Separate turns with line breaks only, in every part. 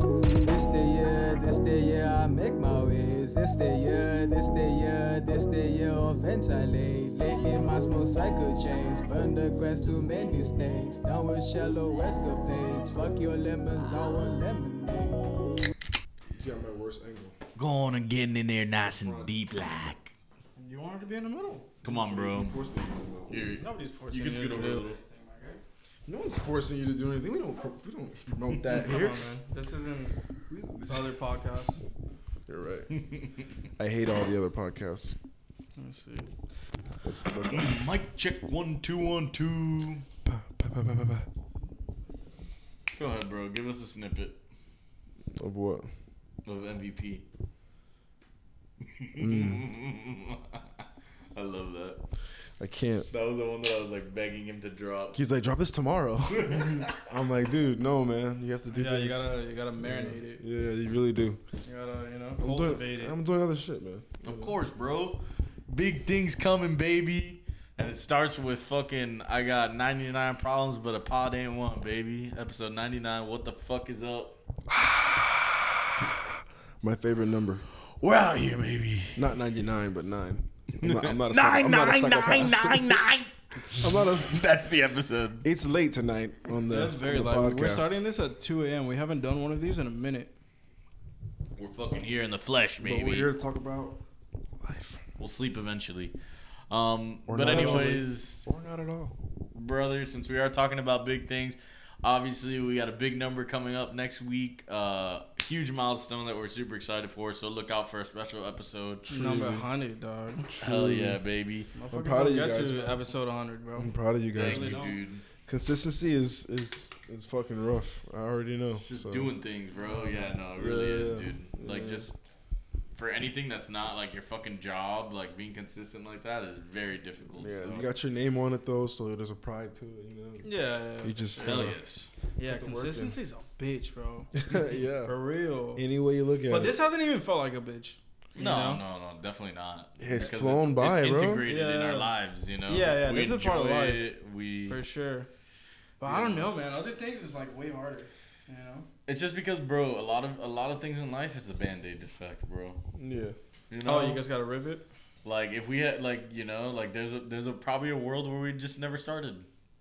This the year, this the year I make my ways. This the year, this the year, this the year of ventilate. Lately my small cycle chains burn the grass too many snakes. Down with shallow escapades. Fuck your lemons, I want lemonade.
You got my worst angle.
Going and getting in there nice and deep like.
You want it to be in the middle.
Come on, bro.
Force me to do something.
Nobody's forcing
You get to
you
get
to
over
do
it.
anything, my guy.
No one's forcing you to do anything. We don't. pro- We don't promote that
Come on,
here.
man. This isn't
This-
other podcasts.
You're right. I hate all the other podcasts.
Let me see.
That's, that's
Mic check one two one two. Go ahead, bro. Give us a snippet
of what?
of MVP. I love that.
I can't.
That was the one that I was like begging him to drop.
He's like, drop this tomorrow. I'm like, dude, no, man. You have to do
yeah,
things.
you gotta you gotta marinate it.
Yeah, you really do.
You gotta you know
I'm
cultivate
doing,
it.
I'm doing other shit, man.
Of course, bro. Big things coming, baby. And it starts with fucking I got 99 problems, but a pod ain't one, baby. Episode 99. What the fuck is up?
My favorite number.
We're out here, baby.
Not 99, but 9. I'm not, I'm not a psycho-
Nine,
I'm not a
nine, nine,
psychopath.
nine, nine.
I'm not a-
That's the episode.
It's late tonight on the,
That's very
on the
light.
podcast.
We're starting this at 2 a.m. We haven't done one of these in a minute.
We're fucking here in the flesh,
But we're
baby.
here to talk about life.
We'll sleep eventually. Um,
Or
but
not actually.
anyways,
Or not at all.
brother, since we are talking about big things, obviously we got a big number coming up next week. Uh, huge milestone that we're super excited for. So look out for a special episode.
Number 100, dog.
Hell yeah, baby!
Motherfuckers
proud of
don't
you
get
guys, Mm.
to
man.
episode 100, bro.
I'm proud of you guys.
Thank
we
you,
don't.
dude.
Consistency is is is fucking rough. I already know.
Just
so.
doing things, bro. Yeah, no, it really
Oh, Yeah,
is,
yeah,
dude. Like
yeah.
just for anything that's not like your fucking job, like being consistent like that is very difficult.
Yeah,
so.
you got your name on it though, so there's a pride to it. You know.
Yeah,
You
yeah.
just
Hell
uh,
yes.
yeah
put the work in.
consistency's a bitch, bro.
yeah.
For real.
Any way you look at
But
it.
this hasn't even felt like a bitch. you
No,
know?
no, no, definitely not.
It's
Because
flown
it's,
by,
it's
bro.
integrated in our
Yeah.
lives, you know.
Yeah, yeah,
We
this is part of
enjoy
life.
It. We.
For sure. But I don't know, man. Other things is like way harder. You know?
It's just because, bro. A lot of a lot of things in life is the band aid effect, bro.
yeah.
You know.
Oh, you guys gotta rip it?
like if we had like you know like there's a there's a probably a world where we just never started,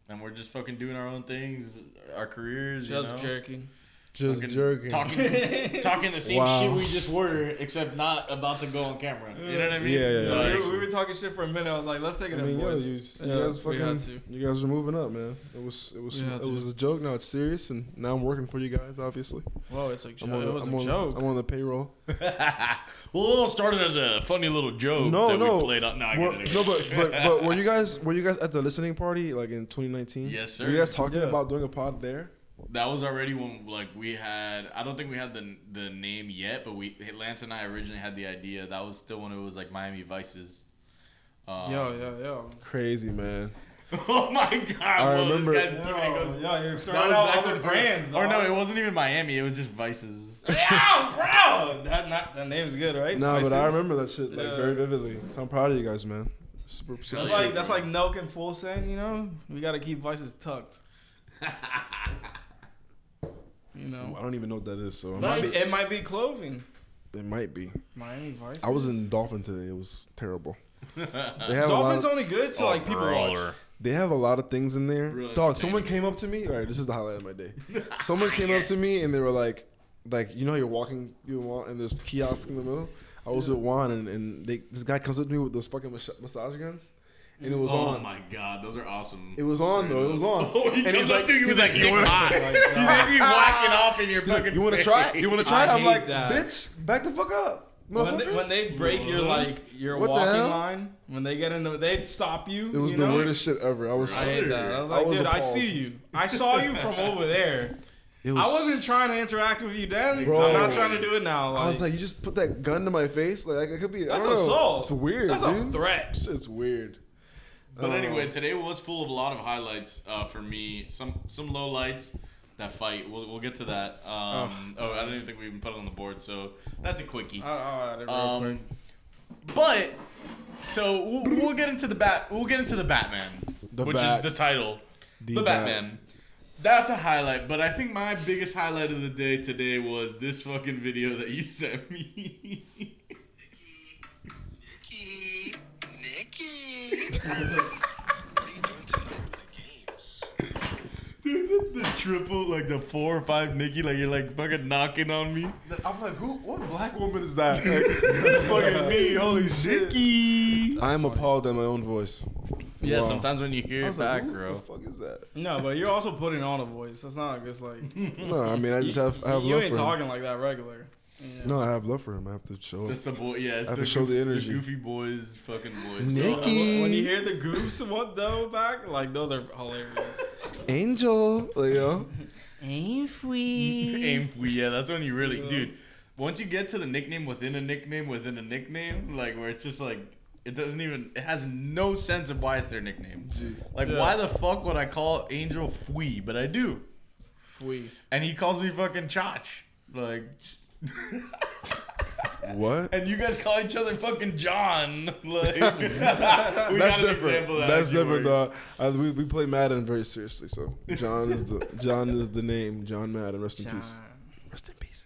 and we're just fucking doing our own things, our careers. you
Just
know?
jerking.
Just
Fucking
jerking.
Talking, talking the same
Wow.
shit we just were, except not about to go on camera. You know what I mean?
Yeah, yeah, yeah.
Like,
we, were, we were talking shit for a minute. I was like, let's take
I
it in,
mean, yeah,
boys.
you, you
Yeah,
guys
we had
fucking, you guys are moving up, man. It was, it was,
We had
it
to.
was a joke. Now it's serious, and now I'm working for you guys. Obviously,
Whoa, it's like,
I'm
it
on, the,
was
I'm
a
on,
joke.
I'm on the payroll.
well, it all started as a funny little joke
No,
that
no.
we played on. No, I
Well,
get it.
no, but, but but were you guys were you guys at the listening party like in 2019?
Yes,
Were you
sir.
guys talking
Yeah.
about doing a pod there?
that was already when like we had. I don't think we had the the name yet, but we Lance and I originally had the idea. That was still when it was like Miami Vices. Um,
yo, yo, yo.
Crazy man.
Oh my god!
I
whoa,
remember-
This guy's doing it
Yo,
goes,
you're
that
throwing
was
out
back
other
when-
brands,
Oh,
Or no,
dog.
it wasn't even Miami. It was just Vices.
Yeah, bro. That not the name's good, right?
Nah, but I
Vices?
remember that shit like
Yeah.
very vividly. So I'm proud of you guys, man. Super, super
That's
Vices,
like that's
bro.
like Nelk and Full saying, you know, we gotta keep vices tucked. You know,
I don't even know what that is, so I'm
Might
sure-
be- it might be clothing.
it might be.
Miami Vices.
I was in Dolphin today. It was terrible. They have
Uh, Dolphins
a lot.
only good to like people watch.
They have a lot of things in there.
Real
Dog. Someone came up to me. All right, this is the highlight of my day. Someone came up to me and they were like, like you know, how you're walking, you walk, and there's kiosk in the middle. I was with Juan and, and they, this guy comes up to me with those fucking mas- massage guns, and it was
Oh
on.
my god, those are awesome.
It was on though. It was on.
Oh,
And
he comes
he's
up
like-
to you. He's like,
he's like,
"You
"You wanna-
hot."
Oh my
You basically whacking off in your
He's like,
fucking.
you want to
face.
try? You want to try?
I
I'm
hate
like,
that.
bitch, back the fuck up,
When they,
motherfucker."
when they break your like your
What the hell?
walking line, when they get in the, they stop you.
it was
you
the
know?
weirdest shit ever. I was.
I hate that. I was
I
like,
was
dude, I
appalled.
see you. I saw you from over there.
it was
I wasn't trying to interact with you then.
Bro.
I'm not trying to do it now. Like,
I was like, you just put that gun to my face. Like it could be. I
that's
don't know.
assault.
It's weird,
That's
dude.
a threat.
It's weird.
But
Uh,
anyway, today was full of a lot of highlights uh, for me. Some some low lights. That fight. We'll, we'll get to that. Um, oh, I don't even think we even put it on the board. So that's a quickie.
Oh, oh, real quick.
Um, but so we'll, we'll get into the bat. We'll get into the Batman,
The
which
Bat.
is the title. The,
Bat.
Batman. That's a highlight, but I think my biggest highlight of the day today was this fucking video that you sent me.
Nikki, Nikki. what are you doing tonight for the games?
Dude, the, the triple, like the four or five Nikki, like you're like fucking knocking on me.
I'm like, who? What black woman is that? Like, that's fucking me. Holy shit.
Nikki!
I'm appalled at my own voice.
Yeah,
Wow.
sometimes when you
I
hear it
was like,
back,
who
bro.
the fuck is that?
No, but you're also putting on a voice. That's not just like
No, I mean, I just have I have
you
love
ain't
for him.
talking like that regular. Yeah.
No, I have love for him. I have to show it.
That's the boy. Yeah, it's
I have to show the energy.
goofy boys, fucking boys. bro.
Nikki.
When when you hear the goofs what though back, like those are hilarious.
Angel, like, yo.
Ain't we?
Aim for yeah. That's when you really,
Yeah.
dude. Once you get to the nickname within a nickname within a nickname, like where it's just like it doesn't even it has no sense of why it's their nickname. Like
Yeah.
why the fuck would I call Angel Fwee? But I do,
We.
and he calls me fucking Chach. Like,
What?
and you guys call each other fucking John. Like, we got
That's
an example
different.
that
That's
actually
different,
works.
though. I, we, we play Madden very seriously, so John is the John is the name. John Madden, rest in peace. Rest in peace.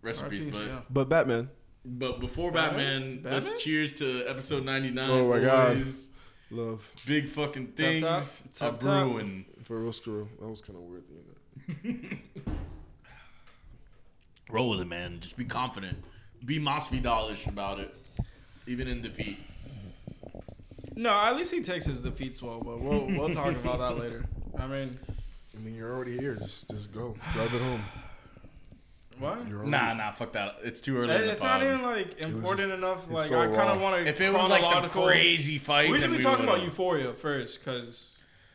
Recipes, but
But Batman,
but before
Batman?
Batman,
Batman?
let's cheers to episode ninety nine.
Oh my God.
boys.
love
big fucking
Tap,
things
tap.
are
Tap, tap.
brewing.
for real. Screw. That was kind of weird. You know.
Roll with it, man. Just be confident. Be Masvidalish about it, even in defeat.
No, at least he takes his defeats well, but we'll we'll talk about that later. I mean,
I mean, you're already here. Just just go. Drive it home.
what?
You're already-
Nah, nah, fuck that. It's too early.
It-
in the
It's not
pod.
even like important
just-
enough.
it's
Like
so
I kind
raw.
of want to.
If it was like some crazy fight,
we should
then
be talking about
would've-
Euphoria first, cause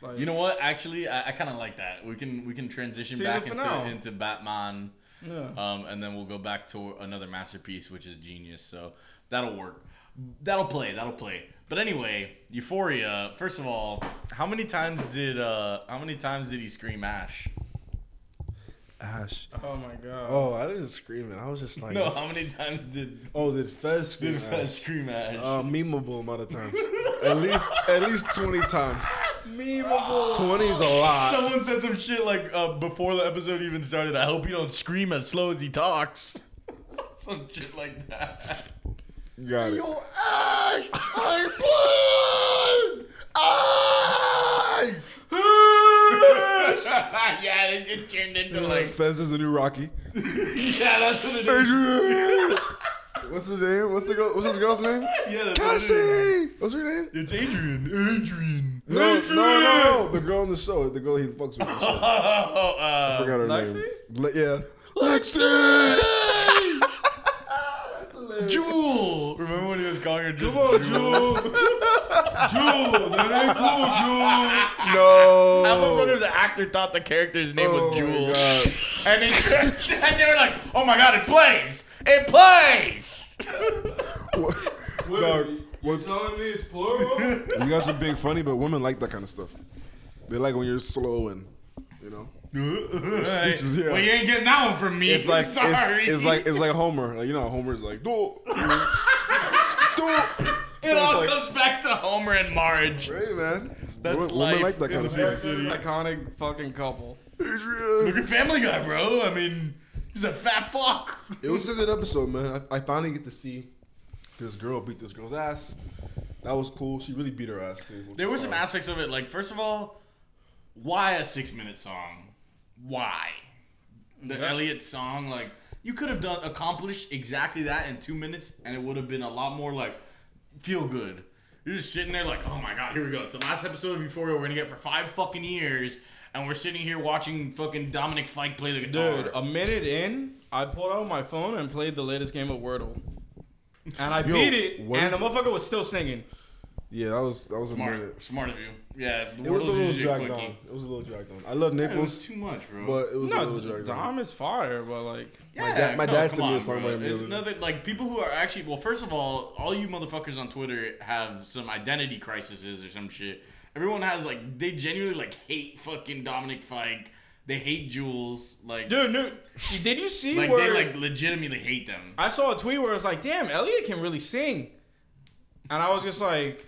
like
You know what? Actually, I, I kind of like that. We can we can transition
Season
back into,
finale.
into Batman,
Yeah.
um, and then we'll go back to another masterpiece, which is genius. So that'll work. That'll play. That'll play. But anyway, Euphoria. First of all, how many times did uh how many times did he scream Ash?
Ash.
Oh my god.
Oh, I didn't scream it. I was just like,
No, how many times did
oh, did Fez scream?
did Fez
Ash?
scream Ash?
A memeable amount of times. at least at least twenty times.
Memeable.
Twenty is a lot.
Someone said some shit like uh, before the episode even started. I hope you don't scream as slow as he talks. some shit like that.
Got it.
Ash, I blood. Ash. yeah, it, it turned into like.
Fez is the new Rocky.
yeah, that's what it is.
Adrian. What's her name? What's the girl, what's this girl's name?
Yeah, that's what it is.
Cassie. What's her name?
It's Adrian. Adrian.
No, no, no, no. The girl on the show. The girl he fucks with. on the
Oh,
show. I
uh,
forgot her
Lexi?
name. Le- yeah. Lexi. That's hilarious.
Jewel. Remember when he was calling her just
Come on,
Jewel?
Jewel. Jewel, that ain't cool, Jewel.
No.
I love when the actor thought the character's name
Oh my
was Jewel.
God.
And, they, and they were like, oh my god, it plays! It plays!
What-
Wait,
Dog,
you telling me it's plural?
you guys are being funny, but women like that kind of stuff. They like when you're slow and, you know. Speeches, yeah.
Well, you ain't getting that one from me.
It's like
Sorry.
It's, it's like it's like Homer. Like you know, how Homer's like do do.
it all comes back to Homer and Marge.
Hey man,
That's
women,
life
women like that
in
kind of
the big
stuff.
city.
Iconic fucking couple.
Look at Family Guy, bro. I mean, he's a fat fuck.
It was a good episode, man. I, I finally get to see this girl beat this girl's ass. That was cool. She really beat her ass too. which
There were
is
some
fine.
aspects of it, like first of all, why a six-minute song? Why the
Yeah.
Elliott song? Like you could have done accomplished exactly that in two minutes, and it would have been a lot more like feel good. You're just sitting there like, oh my god, here we go. It's the last episode of Euphoria we're gonna get for five fucking years, and we're sitting here watching fucking Dominic Fike play the guitar.
Dude, a minute in, I pulled out my phone and played the latest game of Wordle. And I
Yo,
beat it, and
what
the
is-
motherfucker was still singing.
Yeah, that was that was a minute.
smart, smart of you. Yeah, the
It was a
world's
little
usually
dragged
quickie.
on. It was a little dragged on. I love
Yeah, It was
Naples,
too much, bro.
but it was a
No,
little dragged
Dom
on.
is fire, but like,
Yeah, my
dad- my dad sent me a song by him the
It's
other day.
another like people who are actually well. First of all, all you motherfuckers on Twitter have some identity crises or some shit. Everyone has like they genuinely like hate fucking Dominic Fike. They hate Jules. Like
dude, dude, did you see
like
where
they like legitimately hate them.
I saw a tweet where it's like, damn, Elliot can really sing, and I was just like,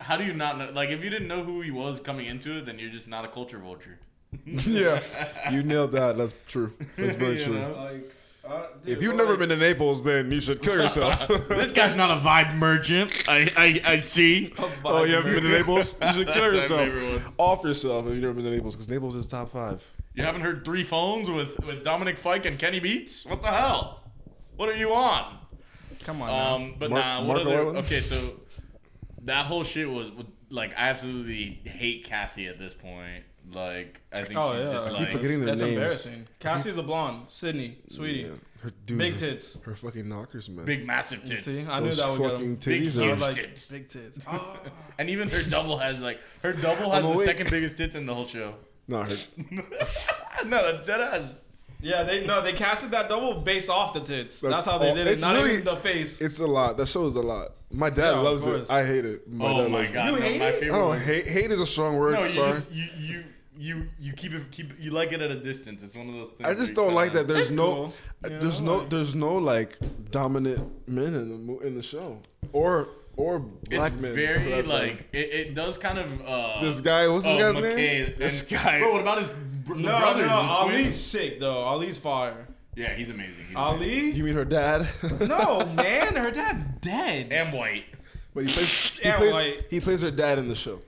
How do you not know? Like if you didn't know who he was coming into it, then you're just not a culture vulture.
yeah, you nailed that. That's true. That's very
You
true.
know?
Like, uh, dude,
If you've
but
never
like-
been to Naples, then you should kill yourself.
This guy's not a vibe merchant. I I, I see.
oh, you haven't been to Naples? You should kill
That's
yourself.
our favorite one.
Off yourself if you've never been to Naples, because Naples is top five.
You haven't heard three phones with with Dominic Fike and Kenny Beats? What the hell? What are you on?
Come on. now.
Um, but
Mark-
nah. What
Mark
other?
Ireland?
Okay, so that whole shit was like I absolutely hate Cassie at this point. Like I think
Oh,
she's
yeah. I
just
keep
like
forgetting their
That's
names.
embarrassing. Cassie's a blonde. Sydney, sweetie.
Yeah. Her, dude,
Big
her-
tits.
Her fucking knockers, man.
big massive
You
tits.
see, I knew
Those
that would get
fucking
him.
titties
I
are
was like,
tits.
big tits. Oh.
And even her double has like her double has
I'm
the
awake.
second biggest tits in the whole show.
No, her,
no, that's dead ass.
yeah, they no, they casted that double based off the tits. That's,
That's
how they
all-
did it.
it's
Not
really-
even the face.
it's a lot. That show is a lot. My dad
Yeah, of
loves
course.
it. I hate it. My
oh
dad
my
loves it.
god,
You
no,
hate
my
it?
favorite.
I don't
one.
hate. Hate is a strong word.
No, you
sorry.
just you you you you keep it keep you like it at a distance. It's one of those things.
I
where
just
you
don't like
kinda-
that. There's
It's
no,
cool.
uh,
Yeah,
there's
I
no,
like it.
there's no like dominant men in the mo- in the show or or black
it's
men. for
very
that matter.
like it, it does kind of uh
this guy. What's this
oh,
guy's
McKay
name?
and-
This guy.
Bro, what about his br- the
no,
brothers
no,
and
Ali's
twins?
sick though. Ali's fire.
Yeah, he's amazing. He's amazing.
Ali?
You mean her dad?
No, man, her dad's dead.
and white.
but he plays. He,
Yeah,
plays
like-
he plays her dad in the show.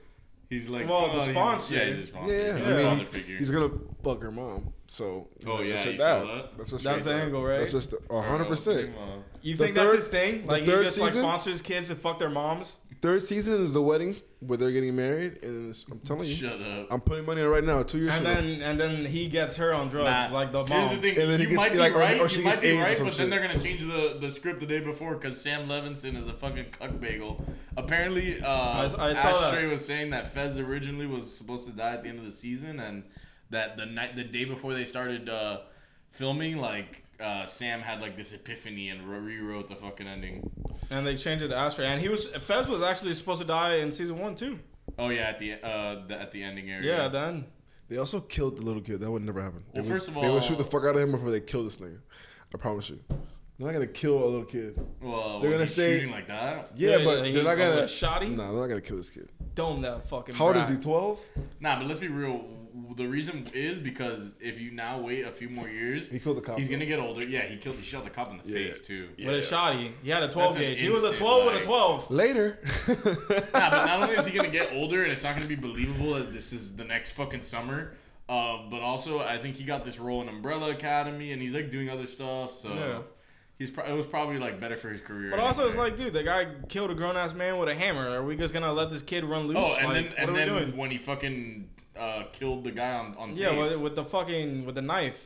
He's like
Well,
oh,
the
he's-
sponsor.
Yeah, he's a sponsor.
Yeah,
he's
I
a
mean,
father
he-
figure.
he's gonna fuck her mom. So
Oh,
that's
yeah,
her
you saw
dad.
that?
That's what she
That's the
said.
angle, right?
That's just a
Bro,
hundred percent.
come on.
you
the
think
third-
that's his thing?
the
Like he
third
just like
season?
sponsors kids to fuck their moms?
Third season is the wedding where they're getting married, and it's, I'm telling you,
Shut up.
I'm putting money on it right now. Two years
And
from now.
then and then he gets her on drugs,
Nah.
like the
Here's
mom.
the thing.
And then he
you
gets-
might be
like, or-
right.
or she
you might
gets
be
AIDS or
right,
some
but then
shit.
they're gonna change the, the script the day before because Sam Levinson is a fucking cuck bagel. Apparently, uh,
I s- I saw
Ashtray
that.
was saying that Fez originally was supposed to die at the end of the season, and that the night, the day before they started uh, filming, like uh, Sam had like this epiphany and re- rewrote the fucking ending.
And they changed it to Ashtray. And he was Fez was actually supposed to die in season one too.
Oh yeah, at the uh, the, at the ending area.
Yeah, then
They also killed the little kid. That would never happen.
Well,
They would-
first of
they
all-
would shoot the fuck out of him before they kill this nigga. I promise you. They're not gonna kill a little kid.
well,
They're
what,
gonna
he's
say-
shooting like that.
Yeah,
Yeah,
but
yeah,
they're
he-
not
oh,
gonna
like, shot him?
No, they're not gonna kill this kid.
dome that fucking.
How old is
brat.
he? Twelve.
Nah, but let's be real. The reason is because if you now wait a few more years,
He killed the cop.
He's
though.
gonna get older. Yeah, he killed. He shot the cop in the
Yeah.
face too.
With a shoddy. He had a 12
That's an
gauge. He was a
instant,
12 with
like-
a 12.
later.
Nah, but not only is he gonna get older, and it's not gonna be believable that this is the next fucking summer. Uh, but also, I think he got this role in Umbrella Academy, and he's like doing other stuff. So
Yeah.
he's pro- it was probably like better for his career.
But also, it's
anyway.
like, dude, the guy killed a grown ass man with a hammer. Are we just gonna let this kid run loose?
oh, and
Like,
then and
what are
then
we doing?
when he fucking uh, killed the guy on on
Yeah,
tape,
with, with the fucking with the knife.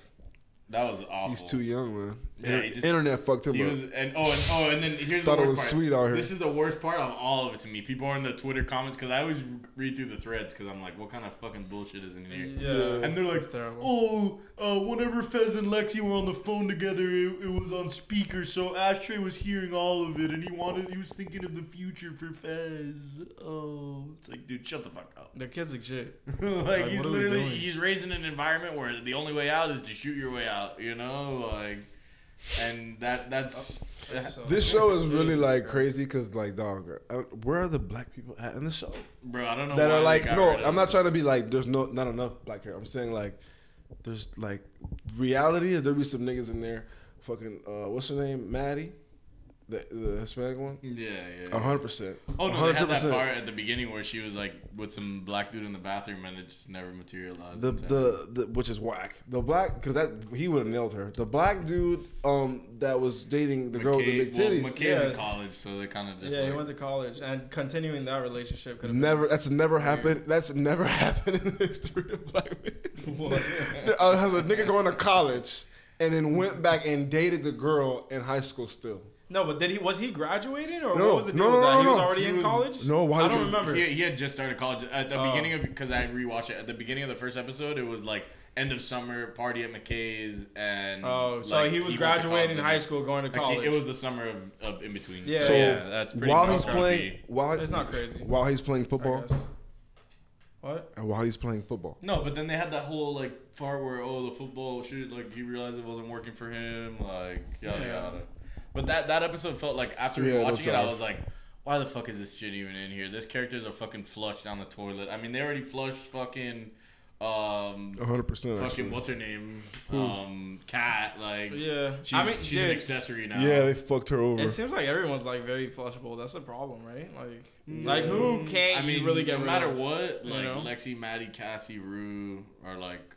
that was awful.
He's too young, man.
Yeah,
Inter-
he just-
Internet fucked him
He
up.
was, and oh, and oh, and then here's
Thought
the
it
worst
was
part.
sweet out here.
This is the worst part of all of it to me. People are in the Twitter comments because I always read through the threads because I'm like, what kind of fucking bullshit is in here? And they're like,
It's terrible.
oh, uh, whenever Fez and Lexi were on the phone together, it, it was on speaker, so Ashtray was hearing all of it, and he wanted, he was thinking of the future for Fez. Oh, it's like, dude, shut the fuck up.
the kid's like shit.
like,
Like,
he's
what are we
literally,
doing?
he's raised in an environment where the only way out is to shoot your way out, you know, like, and that that's
Oh, So-
this show is really like crazy because like dog, I don't- where are the black people at in the show?
bro. I don't know
that
why
are
they
like
got
no
rid of
i'm
it.
not trying to be like there's no not enough black hair i'm saying like there's like reality is there'll be some niggas in there fucking uh what's her name maddie the, the hispanic one
Yeah, yeah. yeah.
100%
Oh no, they had that part at the beginning where she was like with some black dude in the bathroom, and it just never materialized.
the,
in time.
the the which is whack the black because that he would have nailed her the black dude um that was dating the girl with the big
well,
titties
McKay's in
Yeah.
college, so they kind of just.
Yeah, he
like-
went to college and continuing that relationship could have
Never. That's never happened. That's never happened in the history of black men.
What?
Uh, Has a nigga going to college and then went back and dated the girl in high school still.
No, but did he was he graduating or
No,
what was the
no,
deal with
no,
that?
no,
he was
no.
already
He
in
was-
college.
no, why
I
does
don't
it-
remember.
He, he had just started college at the
Oh.
beginning of because I rewatched it at the beginning of the first episode. It was like end of summer party at McKay's and.
oh, so
like,
he was
went to
graduating
college.
high school, going to
Like, he-
college.
it was the summer of, of in between.
Yeah,
so,
So,
yeah, that's pretty.
while
much
he's
gonna
playing,
be-
while
It's not crazy.
While he's playing
I
football,
guess. What?
and while he's playing football,
No, but then they had that whole like part where oh the football shoot like he realized it wasn't working for him like yada
Yeah.
yada. But that that episode felt like after
Yeah, no
watching it I
drive.
was like, why the fuck is this shit even in here? This character's a fucking flush down the toilet. I mean they already flushed fucking. um,
100. percent
fucking
Oh, actually.
what's her name, um, Cat. Like,
Yeah.
she's,
I mean,
she's an
dude,
accessory now.
Yeah, they fucked her over.
it seems like everyone's like very flushable. That's the problem, right? Like,
Mm.
like who can't
I mean,
you really get
no
rid
matter
of?
what,
you
like
know?
Lexi, Maddie, Cassie, Rue are like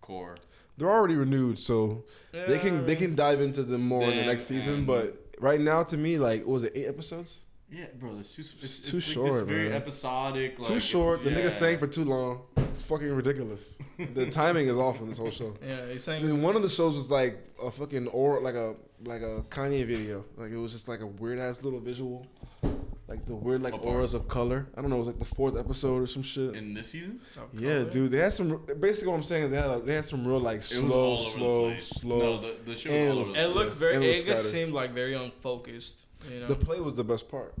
core.
They're already renewed, so they
Yeah, I
can they
mean-
can dive into them more in the
Them
next season.
and-
But right now, to me, like, what was it eight episodes?
Yeah, bro, it's too it's,
It's
it's
too
like This
short,
very
man.
episodic. Like,
too
it's-
short. The
yeah.
nigga sang for too long. It's fucking ridiculous. the timing is off in this whole show.
Yeah, he's
I
saying.
mean, one of the shows was like a fucking or like a like a Kanye video. Like it was just like a weird ass little visual, like the weird like
What part?
auras of color. I don't know. It was like the fourth episode or some shit.
in this season.
yeah, dude. They had some. Basically, what I'm saying is they had a, they had some real like
It was
slow,
all over the
slow,
place.
slow.
No, the, the show
And
was
it was-
all over the
It
place.
looked very.
And it was
It, just
scattered.
seemed like very unfocused. You know.
The play was the best part.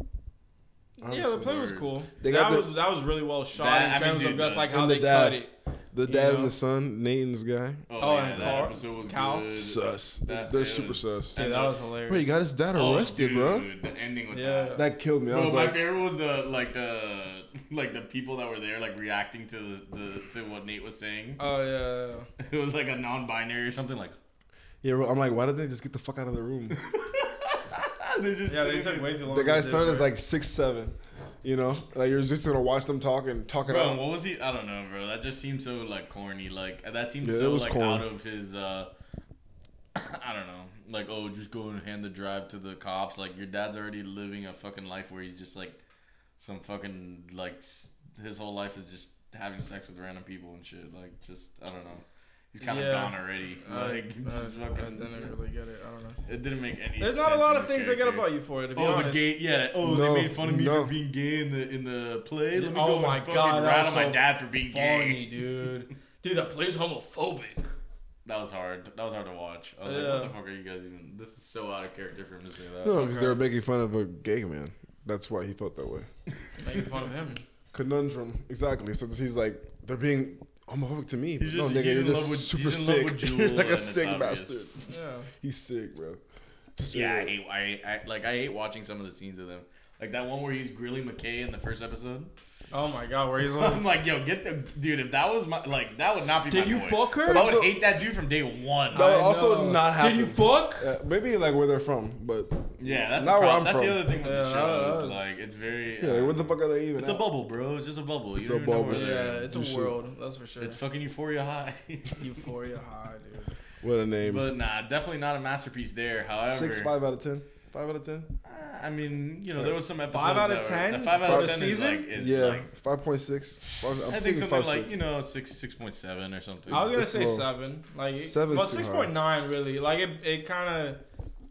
yeah, the
Honestly.
play was
word.
cool.
They
that
got the-
was that was really well shot
That- I
in
mean,
terms
dude,
of just
the-
like how
and the
they
dad.
cut it.
The
You
dad
know?
and the son, Nathan's guy.
Oh,
Oh,
yeah,
and
that
Carl-
episode was
Cal?
good.
Sus.
That
They're
it
super
was-
sus.
Yeah,
and
that
the-
was hilarious.
Bro, you got his dad
oh,
arrested,
dude,
bro.
The ending with
Yeah.
that.
That killed me. I
Bro,
was
my
like,
favorite was the like the like the people that were there like reacting to the, the to what Nate was saying.
Oh yeah, yeah.
It was like a non-binary or something like.
yeah, bro, I'm like, why did they just get the fuck out of the room?
They're just
Yeah, they
sitting
took
there.
way too long.
The
to
guy's
do it,
son is
right?
like six seven, you know. Like you're just gonna watch them talk and talk it
Bro,
out.
what was he? I don't know, bro. That just seems so like corny. Like uh, that seems
Yeah, it
so
was
like
corny.
out of his. uh I don't know. Like oh, just go and hand the drive to the cops. Like your dad's already living a fucking life where he's just like some fucking like s- his whole life is just having sex with random people and shit. Like just I don't know. He's kind of
Yeah.
gone already. Like
I, I,
just
Uh, I
fucking.
didn't really get it. I don't know.
It didn't make any.
There's not a
sense
lot
in
of
his
things I get
character.
about Euphoria to be
Oh, the
honest.
gay, yeah. Oh,
No,
they made fun of me
no.
for being gay in the in the play. Let me
Oh
go
my
and fucking
God, that
rat
was
on my
so
dad for being
Phony,
gay.
dude. Dude, that play's homophobic.
That was hard. That was hard to watch. I was like, what the fuck are you guys even? This is so out of character for him to say that.
No, because they were making fun of a gay man. That's why he felt that way.
Making fun of him.
Conundrum, exactly. So he's like, they're being homophobic to me.
He's
no,
just-
nigga,
he's
you're
in
just
love with-
super
he's in love
sick.
with Jewel
You're like
and
a
it's
sick
obvious.
bastard.
Yeah.
He's sick, bro. Straight
Yeah, I
up.
hate. I, I like. I hate watching some of the scenes of them. Like that one where he's grilling McKay in the first episode.
Oh my god, where he's
I'm
on.
like, yo, get the dude. If that was my like, that would not be.
Did
my
you
boy.
fuck her?
I would
Also-
hate that dude from day one.
That would
I
also
know.
not happen.
Did you fuck?
Uh, maybe like where they're from, but
Yeah, that's
Not
the
where
prob-
I'm
That's
from.
the other thing with
Yeah,
the show.
I-
Is, like, it's very. um,
yeah, like, where the fuck are they even?
It's a
at?
bubble, bro. It's just a bubble.
It's
you
a
don't even know
bubble.
where they're
Yeah,
at.
it's a
You should-
world. That's for sure.
It's fucking Euphoria High.
Euphoria high, dude.
What a name.
But nah, definitely not a masterpiece there. However,
Six five out of ten. Five out of ten.
I mean, you know, there was some episodes.
Five out of
that were-
10?
that Five out
For
of
the
ten is like,
season?
is
yeah,
like
five point six. I'm
I think
thinking
something
five
like
six.
you know six six point seven or something.
I was gonna
it's
say
low.
seven. Like it-
Seven's
well,
too
six point nine really. Like it, it kind of.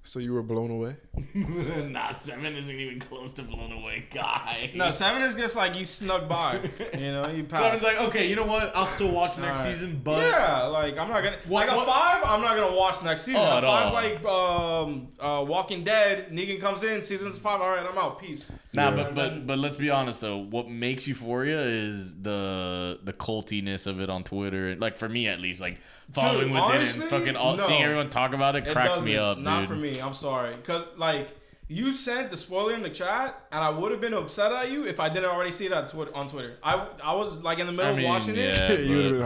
so you were blown away.
nah, seven isn't even close to blown away, guy.
No, seven is just like you snuck by. You know, you
seven's
passed.
like okay, you know what? I'll still watch next
Alright.
season, but
yeah, like I'm not gonna.
What-
like a
what-
five, I'm not gonna watch next season.
Oh,
a
at
five's
all.
like um, uh, Walking Dead. Negan comes in, season's five. All right, I'm out. Peace.
Nah,
Yeah.
but but but let's be honest though. What makes Euphoria is the the cultiness of it on Twitter. Like for me at least, like following with it
honestly,
and fucking all,
no.
seeing everyone talk about it,
It
cracks me
doesn't.
up,
Not
dude.
for me. I'm sorry. Cause like you sent the spoiler in the chat, and I would have been upset at you if I didn't already see it on Twitter. On Twitter, I I was like in the middle
I mean,
of watching it.
yeah,
you would have been.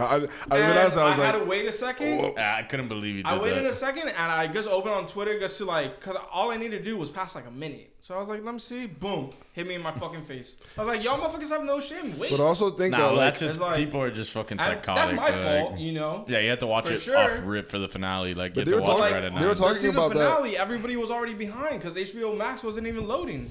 I, I
and
realized that I was
had to
like,
wait a second.
"Whoa."
Ah, I couldn't believe you did
I waited
that.
a second and I just opened on Twitter just to like, cause all I needed to do was pass like a minute. So I was like, let me see. Boom. Hit me in my fucking face. I was like, y'all motherfuckers have no shame. Wait.
but also think
Nah,
that
well,
like
that's just
It's like-
people are just fucking
I-
psychotic.
that's my
like-
fault, you know?
Yeah, you have to watch
For
it
sure.
off rip for the finale. Like you
But
have
they
to
were
watch it
talking-
right at
they
nine.
were
The
talking
season
about that-
finale, everybody was already behind because HBO Max wasn't even loading.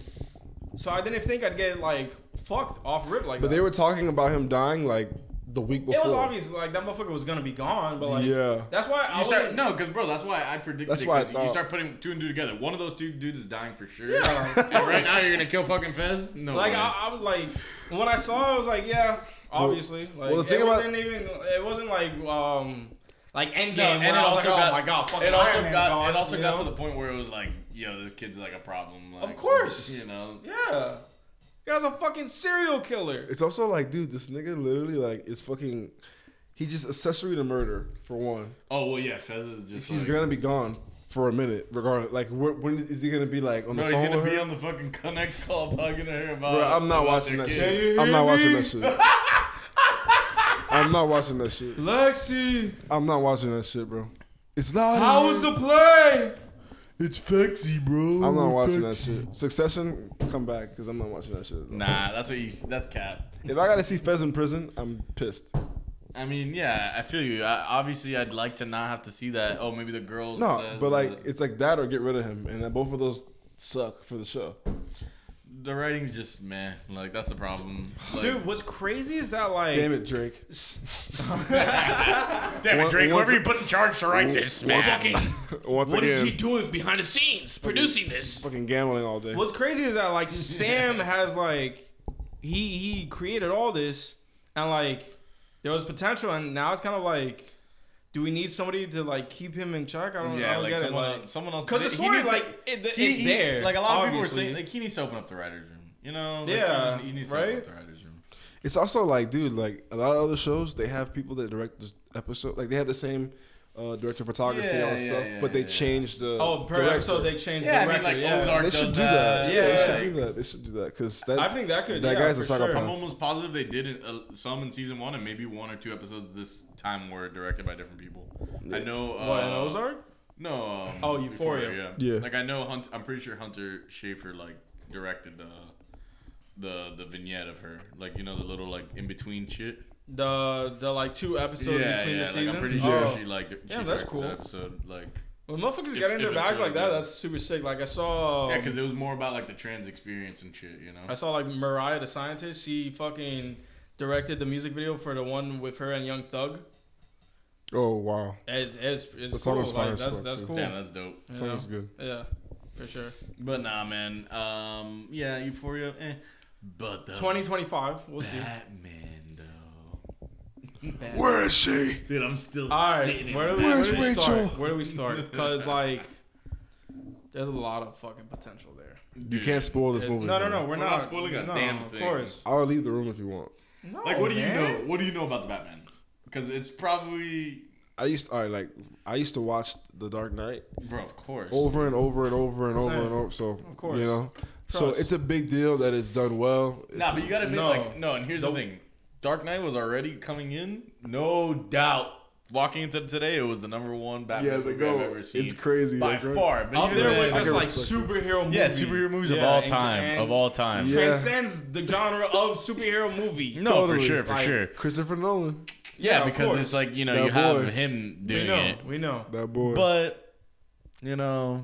So I didn't think I'd get like fucked off rip like
But
that.
they were talking about him dying like the week before.
it was obvious like that motherfucker was gonna be gone, but like
Yeah.
that's why I
you start
wasn't-
no, because bro, that's why I predicted.
That's
it,
why I
'cause
thought.
you start putting two and two together. One of those two dudes is dying for sure.
Yeah.
and right now you're gonna kill fucking Fez. No,
Like
way.
I, I was like, when I saw, it, I was like, yeah, obviously. Like,
well, the thing
it
about-
wasn't even. It wasn't like um, like Endgame.
No,
where
and it
I was
also
like,
got
oh my god, fucking
it also
Iron Man's
got
gone,
it also
you
got
know?
to the point where it was like, yo, this kid's like a problem. Like,
Of course.
you know.
Yeah, you guys a fucking serial killer.
It's also like, dude, this nigga literally like is fucking. He just accessory to murder for one.
Oh well, yeah, Fez is just.
He's
like,
gonna be gone for a minute, regardless. Like, where, when is he gonna be like on
Bro,
the
he's
phone?
gonna
with
be
her?
on the fucking connect call talking to her about.
Bro, I'm not
about
watching
their
that
kid.
shit.
you
I'm
hear
not watching
me?
that shit. I'm not watching that shit.
Lexi,
I'm not watching that shit, bro. It's not.
how was the play?
It's fexy, bro. I'm not watching that shit. Succession, come back because I'm not watching that shit. bro.
Nah, that's what you. That's cap.
If I gotta see Fez in prison, I'm pissed.
I mean, yeah, I feel you. I, obviously, I'd like to not have to see that. Oh, maybe the girl.
No,
says
but like
that-
it's like that or get rid of him, and then both of those suck for the show.
the writing's just man. Like that's the problem. Like,
Dude, what's crazy is that like
Damn it, Drake.
damn
One- once-
put in charge to write this, man.
Once
What is
again,
he doing behind the scenes producing this?
fucking gambling all day.
What's crazy is that like Sam has like he he created all this and like there was potential and now it's kind of like do we need somebody to like keep him in check? I don't, I
Yeah,
don't
like
get
someone,
it. Like,
else, someone else.
because the
he
story
needs,
like it, it's
he-
there.
Like a lot of people
obviously.
were saying, like he needs to open up the writers' room. You know, like,
Yeah,
he, just, he needs to
right?
open up the writers' room.
It's also like, dude, like a lot of other shows, they have people that direct the episode. Like they have the same uh, director of photography
Yeah,
and
yeah,
stuff,
yeah,
but they
yeah.
change the.
oh per
director.
episode they changed
Yeah, I
the
mean,
record.
like,
yeah.
Ozark-
They should
does
do that.
that.
Yeah, they
Yeah.
should do that. They should do that because that.
I think that could.
That
yeah,
guy's a
for sure.
psychopath.
I'm almost positive they did it, uh, some in season one, and maybe one or two episodes this time were directed by different people. I know. Uh,
What, in Ozark?
No. Um,
Oh, Euphoria.
Yeah.
Yeah.
Like I know Hunt. I'm pretty sure Hunter Schafer like directed the the the vignette of her. Like you know the little like in between shit.
The the like two episodes
yeah,
between
yeah.
the
like
seasons.
I'm pretty sure
Oh.
she like di- she
Yeah, that's
directed
cool.
the episode like.
When motherfuckers
If-
get
if
in their
it's
bags
really
like that,
good.
that's super sick. Like I saw
Yeah, because it was more about like the trans experience and shit, you know.
I saw like Mariah the scientist. She fucking directed the music video for the one with her and Young Thug.
Oh wow,
It's it's, it's
The song
cool.
was fire
Like,
as
that's
fuck,
that's
too.
cool.
Damn, that's dope.
You know?
sounds good.
Yeah, for sure.
But nah, man. Um, yeah, Euphoria. Eh. But the
Twenty twenty five. We'll see.
Batman though.
Where is she?
Dude, I'm still
All
sitting
right,
in
where do we, where
Where's
do we
Rachel?
start? Where do we start? Because like, there's a lot of fucking potential there.
You can't spoil this
There's-
movie.
No, no,
bro.
no. We're,
not spoiling a
no,
damn
Of
thing.
course.
I'll leave the room if you want.
No,
Like, what do you
man.
know? What do you know about the Batman? Because it's probably,
I used all right, like I used to watch The Dark Knight
bro. Of course.
Oh,
over and over and over and over
Same.
and over. So of
course.
you know, so
Trust.
it's a big deal that it's done well. It's
Nah, but you gotta admit,
No.
like, no. And here's the
Don't-
thing: Dark Knight was already coming in, no doubt. Walking into today, it was the number one Batman
Yeah, the
movie I've
goal.
ever seen.
It's crazy,
by
like, right?
far. But
Up
even
there
then,
with
I
just
can
like
respect
superhero movies.
yeah, superhero movies
Yeah,
of all
and-
time,
and
of all time.
Yeah.
transcends the genre of superhero movie.
No,
Totally.
for sure, for
Like,
sure.
Christopher Nolan,
Yeah,
of
because
course.
it's like you know
That
you have
boy.
him
we
doing
know,
it,
we know.
that boy.
but you know.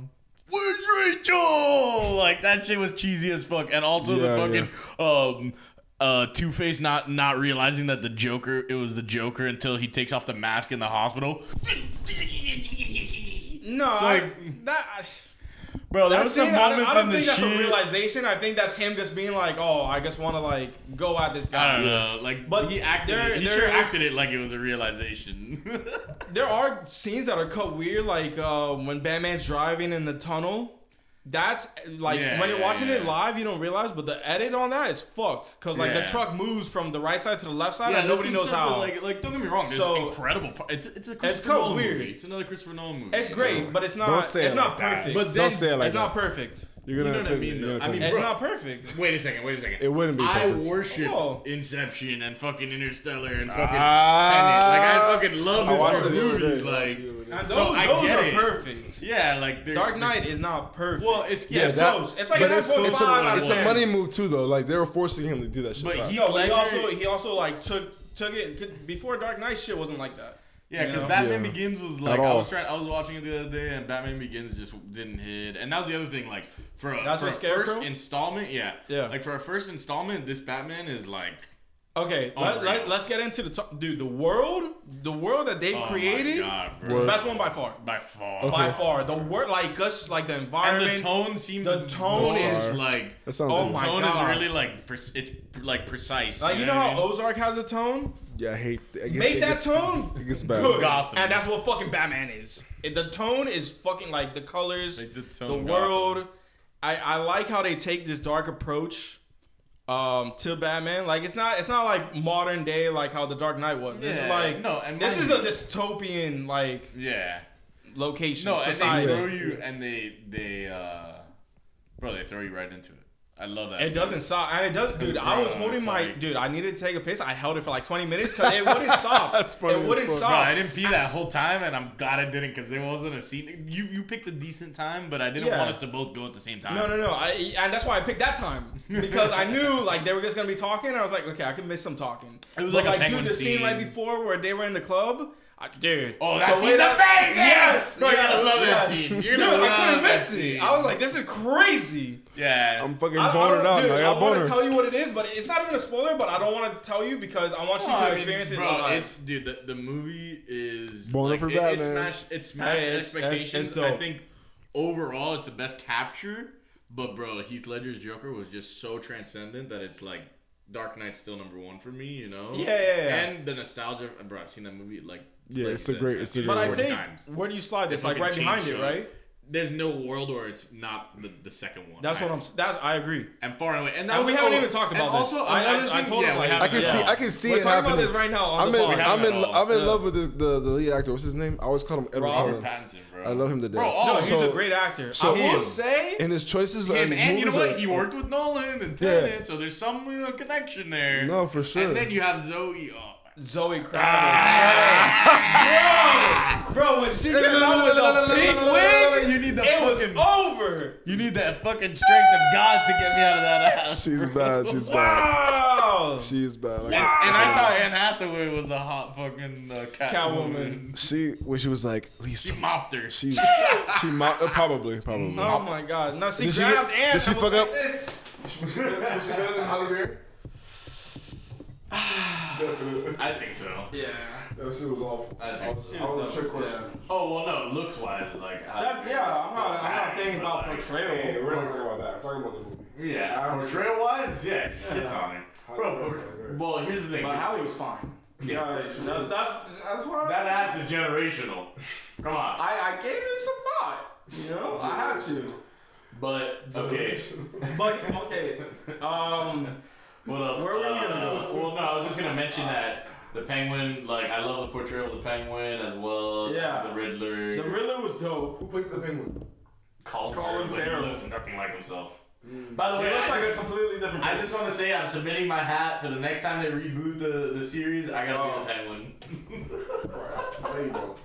Where's Rachel? Like that shit was cheesy as fuck, and also
Yeah,
the fucking um uh Two Face not not realizing that the Joker it was the Joker until he takes off the mask in the hospital.
No,
like-
that.
Bro, there
I,
was
see,
some
I don't,
moments
I don't
in the
think that's
shit.
a realization. I think that's him just being like, "Oh, I just want to like go at this guy."
I don't know, like,
But
but he acted,
there-
it. he
there
sure
is-
acted it like it was a realization.
There are scenes that are cut weird, like uh, when Batman's driving in the tunnel. That's like
Yeah,
when you're
yeah,
watching it
yeah.
live, you don't realize, but the edit on that is fucked because like the
Yeah.
truck moves from the right side to the left side,
Yeah,
and
there's
nobody
some
knows
stuff
how.
that, Like, like, don't get me wrong. There's
So-
incredible. Part. It's it's a Christopher
kinda
Nolan
weird.
movie. It's another Christopher Nolan movie.
it's great, but it's not.
Don't say
it's
it
not
like that.
perfect.
But
it's
then
don't say it like
not
that.
perfect.
You're
You
gonna
know what I
offend
mean,
You're
though?
gonna
I
offend
mean,
It's
Bro.
not perfect.
Wait a second. Wait a second.
It wouldn't be
I
perfect.
worship
Whoa.
Inception and fucking Interstellar and fucking
Ah.
Tenet. Like I fucking love
I watched
those
it
fucking
the other day. I
movies.
watched it
Like
the other day.
And
So
those
I
those
get
are
it.
perfect.
yeah, like they're-
Dark Knight is not perfect.
Well, it's yeah,
Yeah,
it's
that-
close.
It's like
but
a
it's,
9.5
it's a-
out of
it's a
10.
money move too, though. Like they were forcing him to do that shit.
But
fast.
he-
No, but he
Ledger-
also he also like took took it 'cause before Dark Knight shit wasn't like that.
Yeah,
You
because
know?
Batman
Yeah.
Begins was like
At
I
all.
was trying. I was watching it the other day, and Batman Begins just didn't hit. And that was the other thing. Like for a,
That's
for a
with
first
Scarecrow?
installment, yeah,
Yeah.
Like for a first installment, this Batman is like
Okay, let,
Unreal.
let, let's get into the top. dude. The world, the world that they've
oh my
created,
God,
Word.
bro.
best one by far,
by far.
by far. The world, like us, like the
and
environment.
the tone seems
the tone
most,
is-
like
that sounds.
Oh
insane.
my-
tone
God.
is really like pre- it's like precise.
like you know
what I
how
mean?
Ozark has a tone,
Yeah, I hate. I guess
Make
it
that
gets-
tone
It gets bad.
good,
Gotham.
and that's what fucking Batman is. It- the tone is fucking like the colors,
Like, the
the,
tone Gotham.
world. I, I like how they take this dark approach um to Batman. Like it's not it's not like modern day like how the Dark Knight was. This is
Yeah,
like
no, and
this
mind
is a
you-
dystopian like
Yeah.
location
No, and they
society.
throw you, and they they uh, bro, they throw you right into it. I love that.
It
too.
doesn't stop, and it does, dude. I was
bro,
holding
it's
my
like-
dude. I needed to take a piss. I held it for like 20 minutes because it wouldn't stop.
That's funny
It
as
wouldn't
fuck.
Bro, I
stop.
didn't pee that whole time, and I'm glad I didn't because there wasn't a scene. You you picked a decent time, but I didn't
Yeah.
want us to both go at the same time.
No, no, no. I, and that's why I picked that time because I knew like they were just gonna be talking. I was like, okay, I can miss some talking.
It was
But,
like a
dude,
penguin
the scene right
scene.
before where they were in the club. I, dude.
Oh, that
the way
scene's
that-
amazing!
Yes,
Bro, you gotta
yes,
love that
yes.
scene. You're
Dude,
gonna
I couldn't
love that
miss it.
scene.
I was like, this is crazy.
Yeah.
I'm fucking
I, I
boner
don't-
now.
dude,
I
I
got
want to
boner.
tell you what it is, but it's not even a spoiler. But I don't want to tell you because I want you
Well, I
to
mean,
experience it.
bro,
live.
it's dude. The, the movie is
Boner
like,
for
it, It
Batman.
smashed, it smashed
Hey, it's- it's-
expectations.
it's dope.
I think overall, it's the best capture. But bro, Heath Ledger's Joker was just so transcendent that it's like Dark Knight's still number one for me. You know?
Yeah, yeah, yeah.
And the nostalgia, bro. I've seen that movie like
Yeah,
like
it's a
the-
great-
I've
it's a
seen it
great
But I
40
think
times.
where do you slide this?
They
Like
fucking
right behind
changed
it,
it.
right?
There's no world where it's not the, the second one.
That's what I'm. s- That's I agree.
I'm far and away. And, that
And
was
we
the-
haven't
oh,
even talked
and
about this.
Also,
I- I-
another
I
thing-
told him,
yeah, we
like,
I
haven't-
can
Yeah.
see. I can see
We're
it
talking
happening.
about this right now. On
I'm
the
in.
pod.
haven't
I'm
at
in.
all.
I'm in
Yeah.
love with the, the the lead actor. What's his name? I always call him Edward
Robert
Cullen.
Pattinson, bro.
I love him to death.
Bro, all
No,
of
he's
So-
a great actor.
so-
I will
Him.
say,
And his choices
him,
are
and you know
movies
what?
are-
he worked with Nolan and
Yeah.
Tenet, so there's some you know, connection there.
No, for sure.
And then you have Zoe. Oh,
Zoe
Ah.
Kravitz. Bro, bro, when she came out with the pink wig,
you need the
it
fucking,
was over.
you need that fucking strength of God to get me out of that house.
She's bad. She's bad.
Wow.
She's bad. Like,
And I thought Anne Hathaway was a hot fucking uh, cat
Catwoman.
She when she was like Lisa.
She mopped her.
She she might, uh, probably probably.
Oh my God. No, she
Did she
grabbed
get-
and
did she
was
fuck
like
up?
This.
Was she better than Holly Berry? Definitely.
I think so.
Yeah.
That shit was awful.
I was-
I was a trick question.
Oh well, no, looks wise, like
That's yeah. I'm not. I'm not thinking about portrayal.
we're not talking about that. We're talking about the movie.
Yeah, portrayal wise, yeah, shit's on it. Bro, but- well, here's the thing.
Hallie was fine.
Yeah,
that's, that's, that's why
That ass is generational. Come on.
I, I gave it some thought. You know, I had to.
But okay.
But okay, um,
What else?
Where were you gonna
Uh, Well, no, I was just gonna mention that the Penguin. Like, I love the portrayal of the Penguin as well
Yeah.
as the Riddler.
the Riddler was dope.
Who plays the penguin?
Colin,
Colin
Farrell, but
Farrell. Mm.
He looks nothing like himself. By the
He
way,
looks
I
like a
just-
completely different.
I just want to say I'm submitting my hat for the next time they reboot the, the series. I gotta
Oh.
be the penguin.
There you go.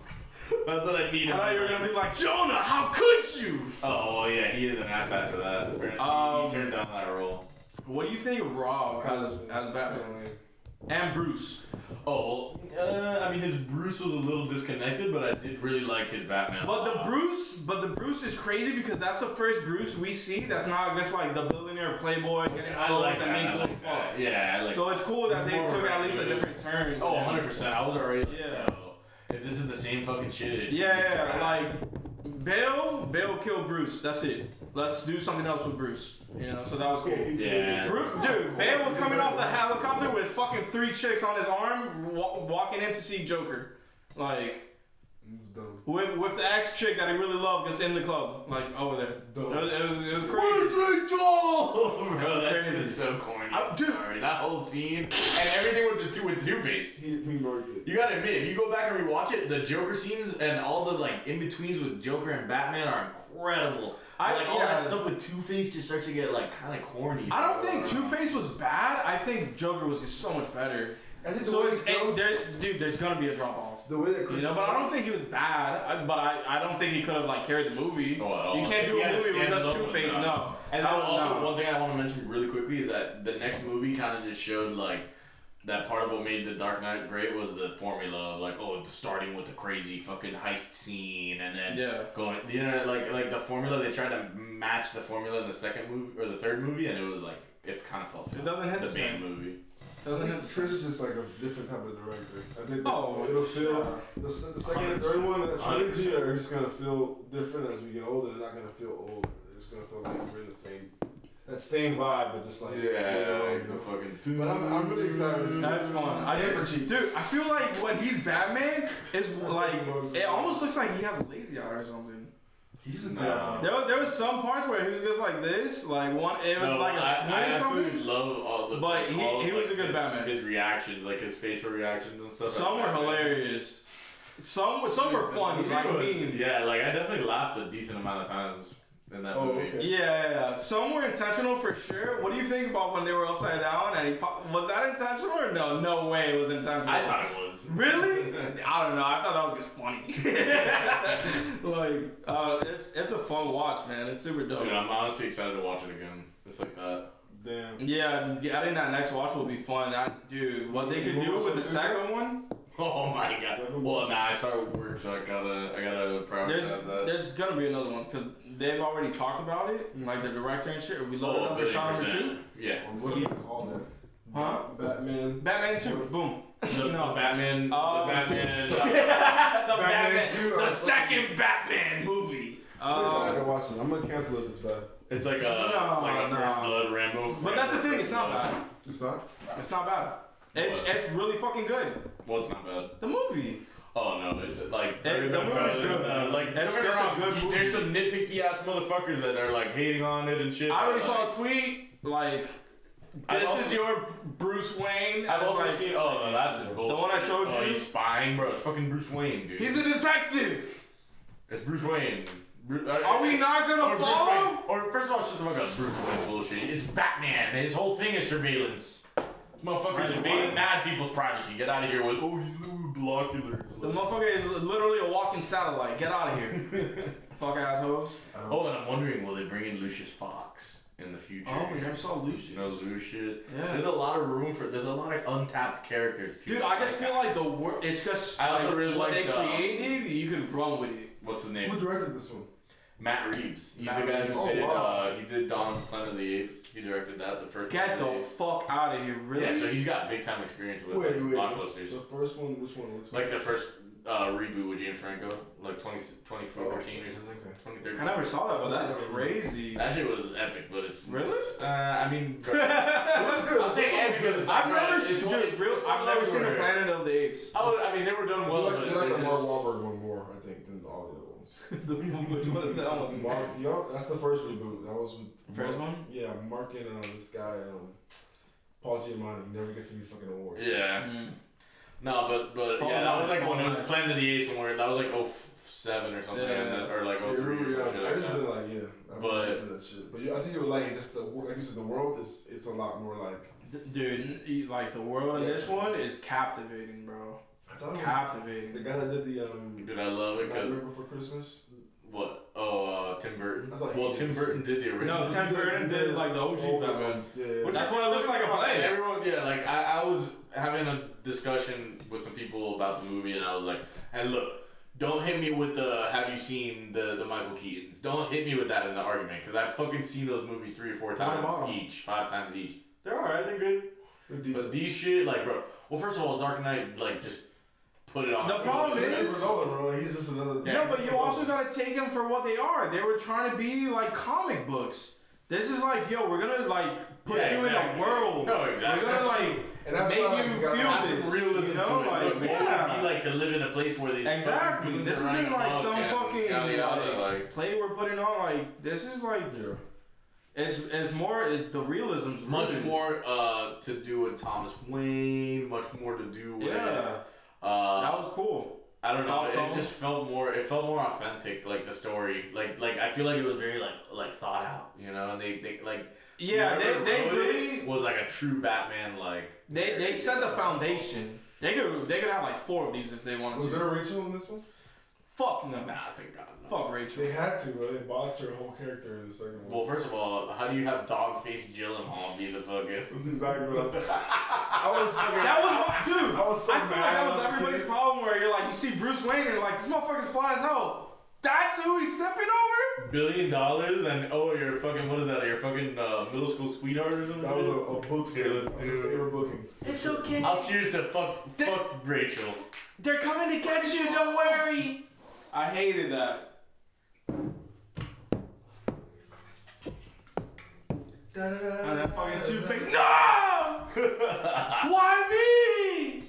That's what I need.
I thought you were gonna be like Jonah. How could you?
Oh well, yeah, he is an asset for that. Apparently, he
Um,
turned down that role.
What do you think of Rob as as Batman? And Bruce.
Oh, well, uh, I mean, his Bruce was a little disconnected, but I did really like his Batman.
But the Bruce, but the Bruce is crazy because that's the first Bruce we see. That's not just like the billionaire playboy getting
I
all
like
and
that.
being
I
cool as
like
fuck.
that. Yeah, I like.
So it's cool that they
More
took at least a
reckless.
different turn.
oh, 100 percent. I was already. Like,
Yeah.
yo, if this is the same fucking shit. it's-
Yeah, yeah, like Bale, Bale killed Bruce. That's it. Let's do something else with Bruce. You know, so that was cool.
Yeah.
Bru- Dude, Bale was coming off the helicopter with fucking three chicks on his arm, wa- walking in to see Joker, like
It's dumb.
with with the ex chick that he really loved, just in the club, like over there. It was, it was, it was
We're
crazy.
the doll! Bro, that shit
crazy.
is so corny.
I-
I'm
dude.
sorry. That whole scene and everything with the two with Two Face.
He he marked it.
You gotta admit, if you go back and rewatch it, the Joker scenes and all the like in betweens with Joker and Batman are incredible.
I-
like all
yeah.
that stuff with Two Face just starts to get like kind of corny.
I don't think Two Face was bad. I think Joker was just so much better.
I think the
So
way
it's,
he
it,
films-
there, dude, there's gonna be a drop off.
The way that
You know, but I don't think he was bad. I, but I, I don't think he could have like carried the movie.
Oh, well,
you can't
if
do
he
a
had
movie with
standalone
just Two Face.
one,
No.
And then
I would
also
not.
one thing I want to mention really quickly is that the next movie kind of just showed like that part of what made the Dark Knight great was the formula of like oh starting with the crazy fucking heist scene and then
Yeah.
going you know like like the formula they tried to match the formula in the second movie or the third movie and it was like it kind of fell flat.
It doesn't hit
the,
the
Bane
same.
movie.
Doesn't have
Trish is just like a different type of director. I think
Oh,
oh, it'll
yeah.
feel the, se- the second and third one, the trilogy are just gonna feel different as we get older. They're not gonna feel old. They're just gonna feel like we're in the same that same vibe, but just like later on, you know?
fucking.
But I'm, I'm really excited. to see
That's
it.
fun. I didn't Dude, I feel like when he's Batman, it's like it almost looks like he has a lazy eye or something.
He's a
No.
good ass.
There, was- there was some parts where he was just like this, like one. It was
No,
like a
I-
squint
I
or
absolutely
something.
love all the.
But he-
all of,
he was
like,
a good
his,
Batman.
His reactions, like his facial reactions and stuff.
Some were
like that.
hilarious. Some some were funny,
He
like
was-
mean.
Yeah, like I definitely laughed a decent amount of times. in that
Oh,
movie.
okay.
Yeah, yeah, yeah. Some were intentional for sure. What do you think about when they were upside down and he pop- was that intentional or no? No way it was intentional.
I thought it was.
Really? I don't know. I thought that was just funny. like, uh, it's it's a fun watch, man. It's super dope.
Dude, I'm honestly excited to watch it again. It's like that.
Damn.
Yeah, yeah, I think that next watch will be fun. I, dude, what they could do with the second one,
Oh my god.
Seven
Well,
months.
nah, I started with work, so I gotta, I gotta
there's
prioritize that.
there's gonna be another one because they've already talked about it, like the director and shit. We loaded
oh,
up for
billion
Shaun two,
percent. Yeah.
What do you call that?
huh?
Batman.
Batman two, boom.
The, no, the Batman.
Oh.
the Batman.
the
uh,
Batman,
two, I
the
fucking-
second Batman movie.
Uh,
Yes, I
Um,
gotta watch it. I'm gonna cancel it if it's bad.
it's like a,
No,
like a
no.
first blood Rambo.
but that's the thing, it's not bad.
It's not?
It's not bad. It's it's really fucking good.
Well, it's not bad.
The movie.
Oh no, it's like
Hey,
Everyman
the movie's
Brothers,
good.
uh, like
That's-
don't get me
that's a
wrong,
good movie.
There's some nitpicky ass motherfuckers that are like hating on it and shit.
I already
but, like,
saw a tweet like
I've
this is
also-
your Bruce Wayne.
I've
It's
also
like,
seen. Oh no, that's bullshit.
The one I showed
oh,
you?
He's spying, bro. It's fucking Bruce Wayne, dude.
He's a detective.
it's Bruce Wayne. Bru- uh,
Are we not
Or
gonna
Bruce
follow?
Wayne- Or first of all, shut the fuck up, Bruce Wayne's bullshit. It's Batman. His whole thing is surveillance. Motherfuckers invading mad people's privacy. Get out of here with oh, he's little binoculars.
The motherfucker is literally a walking satellite. Get out of here, fuck assholes.
Oh, and I'm wondering, will they bring in Lucius Fox in the future?
Oh, we never saw Lucius.
You know, Lucius.
Yeah.
There's a lot of room for. There's a lot of untapped characters too.
Dude, I just feel like the wor- It's just
I also
like,
really
what
like,
they
uh,
created. You could run with it.
what's his
Who
name?
directed this one?
Matt Reeves. He's
Matt
the guy
Reeves.
who
Oh,
did.
wow.
Uh, he did Dawn of the Planet of the Apes. He directed that. The first.
Get
Planet of
the
Apes.
fuck out of here, really?
Yeah, so he's got big time experience with like, blockbusters.
The first one, which one? Which one?
Like the first uh, reboot with James Franco, like 20, 2014 or something,
Oh, Okay.
2013.
Oh, I never saw that, but that's
This is-
crazy.
That shit was epic, but it's
Really?
it's, uh, I mean,
That's good.
I'll say epic because it's
I've
like,
never,
it's
seen,
one-
dude,
it's-
real,
it's
I've
one
never seen the
everywhere.
Planet of the Apes.
I, would, Oh, I mean, they were done well,
they like, they
but
like the
they're
Mark
just-
Wahlberg one more, I think, than all the other ones.
The- Which one is that one?
Mark, yup, that's the first reboot. That was with
First
Mark-
one?
Yeah, Mark and uh, this guy, um, Paul Giamatti. He never gets to be fucking award.
Yeah. No, but but
Paul
yeah, that was
Giamatti,
like
Paul
when it was
Giamatti.
Planet of the Apes, when we were, that was like oh seven or something,
Yeah.
like that, or like
Yeah,
oh three or
yeah,
some shit
I
like
just
that.
really like yeah, I
But-
really like that shit. But yeah, I think you were like just the wor- like you said, the world is it's a lot more like
D- Dude, n- e- like the world in
Yeah.
this one is captivating, bro.
I thought it was the
Captivating.
guy that did the um
Dude, I love it because
Nightmare Before Christmas.
what? Oh, uh, Tim Burton.
I thought he
Well,
did
Tim
this.
Burton did the Oh, original.
No, Tim Burton did, like, the OG
Old
Batman.
ones, Yeah, yeah.
Which
That's
I-
why it looks like a play.
Everyone, yeah, like I, I was having a discussion with some people about the movie, and I was like, "And look, don't hit me with the have you seen the the Michael Keaton's? Don't hit me with that in the argument because I've fucking seen those movies three or four times
about 'em?
each, five times each. They're all right, they're good.
They're
But
decent.
these shit, like, bro. Well, first of all, Dark Knight, like, just put it on.
The problem
Christopher
is-
Nolan, bro, he's just another.
No, but you also gotta take them for what they are. They were trying to be like comic books. This is like, yo, we're gonna like put
Yeah,
you
exactly.
in a world.
No, exactly.
We're gonna
That's-
like
and that's
make
why
you
we gotta
feel
Add
have
some
this.
realism
you know,
to it.
like
Look, what
yeah.
would it be like to live in a place where these
Exactly.
fucking goons
This
are running
isn't like
amok
some
and
fucking uh,
yada, yada,
like,
like-
play we're putting on. Like this is like
Yeah.
it's it's more it's the realism's
much
rooted.
more uh, to do with Thomas Wayne, much more to do with.
Yeah, that
Uh,
was cool.
I don't know.
Falcone.
It just felt more. It felt more authentic, like the story. Like, like I feel like it was very like like thought out, you know. And they, they like
Yeah, they,
whoever
they
wrote it
really
was like a true Batman. Like
they they set the foundation. They could they could have like four of these if they wanted
Was
to.
there a Rachel in this one?
Fuck no.
Nah, thank God. No.
Fuck Rachel.
They had to, bro. They botched her whole character in the second
Well,
one.
first of all, how do you have dog face Gyllenhaal be the fucking?
That's exactly what I was. I was fucking.
That was what, dude.
I was so
I feel like
mad
that
when I
was
was a
everybody's
kid.
problem where you're like you see Bruce Wayne and you're like this motherfucker's fly as hell. That's who he's sipping over.
billion dollars and oh, your fucking what is that? Your fucking uh, middle school sweetheart or something?
That was a, a book.
Here,
favorite.
let's
That was
do
a
it.
favorite booking.
It's okay.
I'll cheers to fuck fuck Rachel.
They're coming to get you, don't worry. I hated that. And that fucking two face. No! Why me?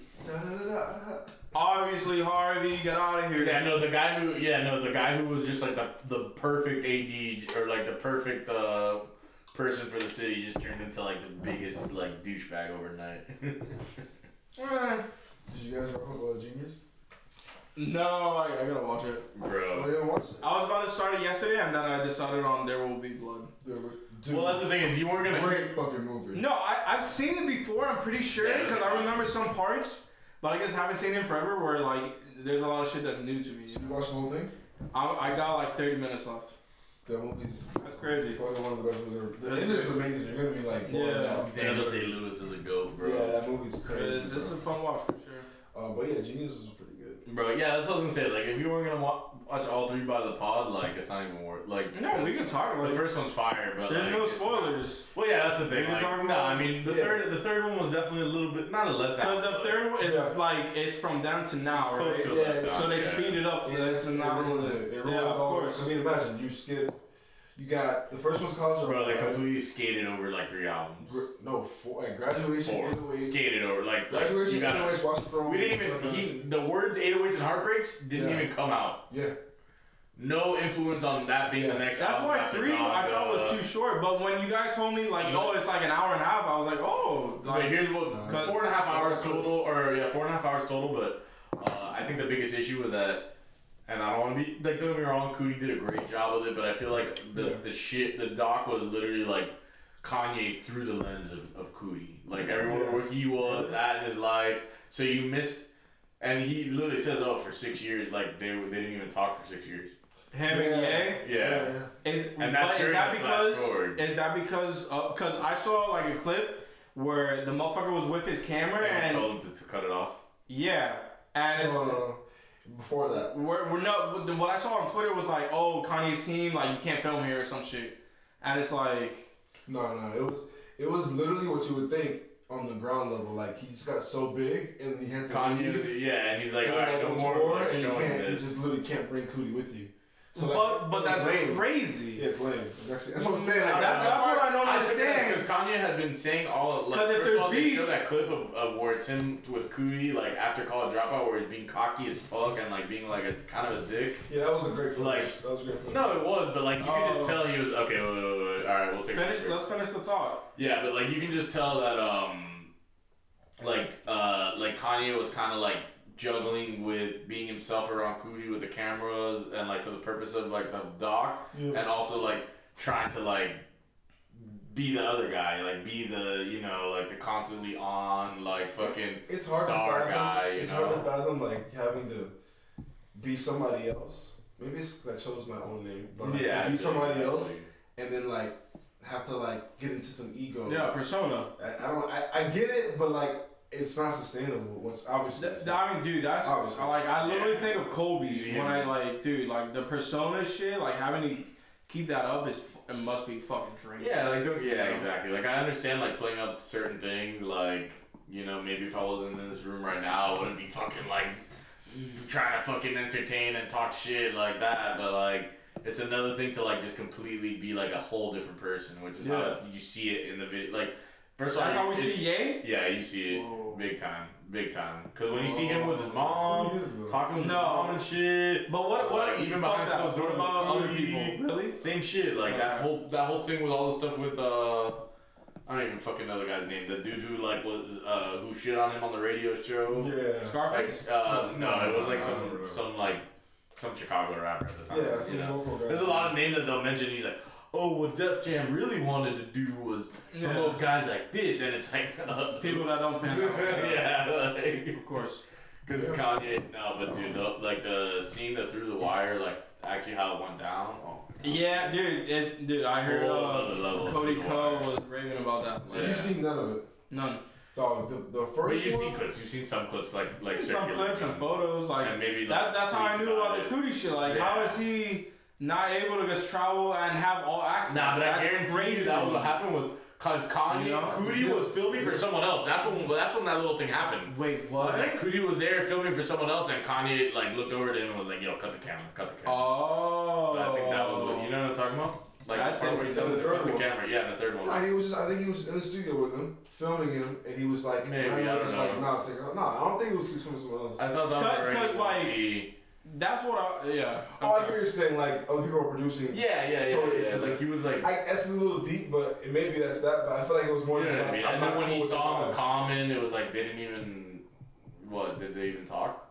Obviously, Harvey, get out of here.
Yeah, no, the guy who yeah, no, the guy who was just like the the perfect AD or like the perfect uh person for the city just turned into like the biggest like douchebag overnight.
Eh,
Did you guys rock with uh, Genius?
No, I, I gotta watch it.
bro.
you watch
I was about to start it yesterday, and then I decided on There Will Be Blood.
Dude,
Well, that's the thing is you weren't gonna.
great fucking movie.
No, I, I've seen it before. I'm pretty sure
Yeah,
because
it's
I remember some parts, but I guess haven't seen it in forever. Where like there's a lot of shit that's new to me.
You watched the whole thing?
I, I got like 30 minutes left.
That movie's
That's crazy.
fucking one of the best movies ever. The
That's
end is
great.
amazing. You're gonna be like, blown
Yeah.
out.
Daniel Day Lewis is a goat, bro.
Yeah, that movie's crazy.
It's, it's
bro.
a fun watch for sure.
Uh, but yeah, Genius is pretty good.
Bro, yeah, that's what I was gonna say. Like, if you weren't gonna wa- watch all three by the pod, like, it's not even worth. Like,
No, we can talk about
the
it.
first one's fire, but
There's
like,
no
it's-
spoilers.
Well, yeah, that's the thing.
We can
Like,
talk
no,
about-
I mean, the
Yeah.
third, the third one was definitely a little bit not a letdown.
Because the
but
third one is
Yeah.
like it's from then to now,
it's close
right?
to a
Yeah,
letdown,
So they
yeah.
speed it up.
Yeah,
That's
it's, it
not
ruins it.
really.
It ruins
Yeah, of
all.
course.
I mean, imagine you skip. You got the first one's college.
Bro, they
Dropout, right?
completely skated over like three albums.
Gr- No, four. Like, graduation.
Four.
Giveaways.
Skated over like, like
Graduation.
you gotta.
Giveaways. Watch the throne.
We didn't even he, the words 808s and heartbreaks didn't
Yeah.
even come out.
Yeah.
No influence on that being the next.
That's
album
why
after
three
Dog,
I thought
uh,
was too short. But when you guys told me like,
Yeah.
oh, it's like an hour and a half, I was like, oh,
Like,
like
here's what
Cause-
four and a half hours total, or yeah, four and a half hours total. But uh, I think the biggest issue was that, and I don't want to be like don't get me wrong, Cootie did a great job with it, but I feel like the the shit the doc was literally like Kanye through the lens of of Cootie, like everywhere where he was at in his life. So you missed, and he literally says, "Oh, for six years, like they they didn't even talk for six years."
him and
Yeah.
Ye.
Yeah.
Is,
And that's
but is
during
that
the flash
because
forward.
is that because because I saw like a clip where the motherfucker was with his camera
And I
and
told him to, to cut it off.
yeah, and it's.
Uh, before that.
We're, we're not. what the- What I saw on Twitter was like, oh, Kanye's team, like you can't film here or some shit, and it's like,
No, no. It was. It was literally what you would think on the ground level. Like he just got so big and he had to
Kanye,
leave.
was- yeah, and he's like,
And
"All
then
right,
they
no
go
more
tour,
like,
and you
showing
can't- You
this."
just literally can't bring Cootie with you. So like,
but but that's
lame.
crazy.
Yeah, it's lame. That's, that's what I'm
Mm,
saying. Like,
That's- that's what I don't
Because Kanye had been saying all like,
'Cause if
first of
there's
all,
beef-
they show that clip of, of where it's him with Cootie like after college dropout, where he's being cocky as fuck and like being like a kind of a dick.
yeah, that was a great finish.
Like-
that was a great finish.
No, it was, but like you can
Oh.
just tell he was okay. Wait, wait, wait, wait, all right, we'll take. a
Finish.
picture.
Let's finish the thought.
Yeah, but like you can just tell that um, like uh, like Kanye was kind of like juggling with being himself around Cootie with the cameras and like for the purpose of like the doc
Yeah.
and also like trying to like be the other guy, like be the you know like the constantly on like fucking
it's hard
star
to fathom,
guy. You
It's
know?
hard to fathom like having to be somebody else. Maybe it's 'cause I chose my own name, but like,
yeah,
to be
absolutely,
somebody else
absolutely.
and then like have to like get into some ego.
Yeah, persona.
I, I don't. I, I get it, but like it's not sustainable. What's obviously
Th- th- I mean, dude, that's
Obviously.
like I literally
Yeah.
think of Kobe
Easy
when I
interview.
like, dude, like the persona shit, like having to keep that up is f- it must be fucking draining.
Yeah, like don't, yeah,
You know?
exactly. Like I understand like playing up to certain things. Like you know, maybe if I wasn't in this room right now, I wouldn't be fucking like trying to fucking entertain and talk shit like that. But like, it's another thing to like just completely be like a whole different person, which is how you see it in the video. Like first of all,
That's how we
it's-
see Ye.
Yeah, you see it
Whoa.
big time, big time. Because when you see him with his mom, talking with
No.
his mom and shit.
But what? What?
Like, even
fuck
behind
that.
closed
What
doors with
about other
Kobe.
people? Really?
Same shit, like that
Okay.
whole that whole thing with all the stuff with uh, I don't even fucking know the guy's name. The dude who like was uh who shit on him on the radio show.
Yeah.
Like,
Scarface.
uh, no, it was
I
like
don't
some
remember.
some like some Chicago rapper at the time.
Yeah,
you
some
know?
local guy.
There's a lot of names that they'll mention. He's like, oh, what Def Jam really wanted to do was
Yeah.
promote guys like this, and it's like uh,
People that don't pan out.
yeah, like,
Of course.
Cause Kanye, no, but dude, the, like the scene that through the wire, like actually how it went down. Oh,
Yeah, dude. It's dude. I heard
Whole
uh,
other level.
Cody Ko was raving about that.
So You've seen none of it,
None.
dog. The, the
but
first
you've
one.
seen clips. You've seen some clips, like like
Seen some
circulating.
clips and photos. Like
And maybe,
that,
like,
that's how I
tweets
knew about
about
the
it.
Cootie shit. Like,
Yeah.
how is he not able to just travel and have all access?
Nah, but I
that's
guarantee
crazy.
you that was what happened was cause Kanye
You know?
Cootie was filming for someone else. That's when that's when that little thing happened.
Wait,
It was
what?
like Cootie was there filming for someone else, and Kanye like looked over at him and was like, "Yo, cut the camera, cut the camera."
Oh.
So I think that was what you know what I'm talking about. Like
That's
the part where he told him
the
to
third
cut the
one.
camera. Yeah, the third one.
Nah, he was just. I think he was in the studio with him, filming him, and he was like,
Maybe,
I
I don't
just
know.
like, nah, take it out. Nah, I don't think he was filming someone else.
I thought that was
Cut-
already
cause, like-
He-
That's what I. Yeah.
Oh, I
Okay.
hear what you're saying like other people are producing.
Yeah, yeah, yeah.
So
yeah,
it's
like,
like-
he was like,
I, that's a little deep, but it, maybe that's that. But I feel like it was more
you know
just
what I
like.
mean?
I'm
And then
not
when he
cool with
saw
the
him
vibe.
common, it was like they didn't even. What did they even talk?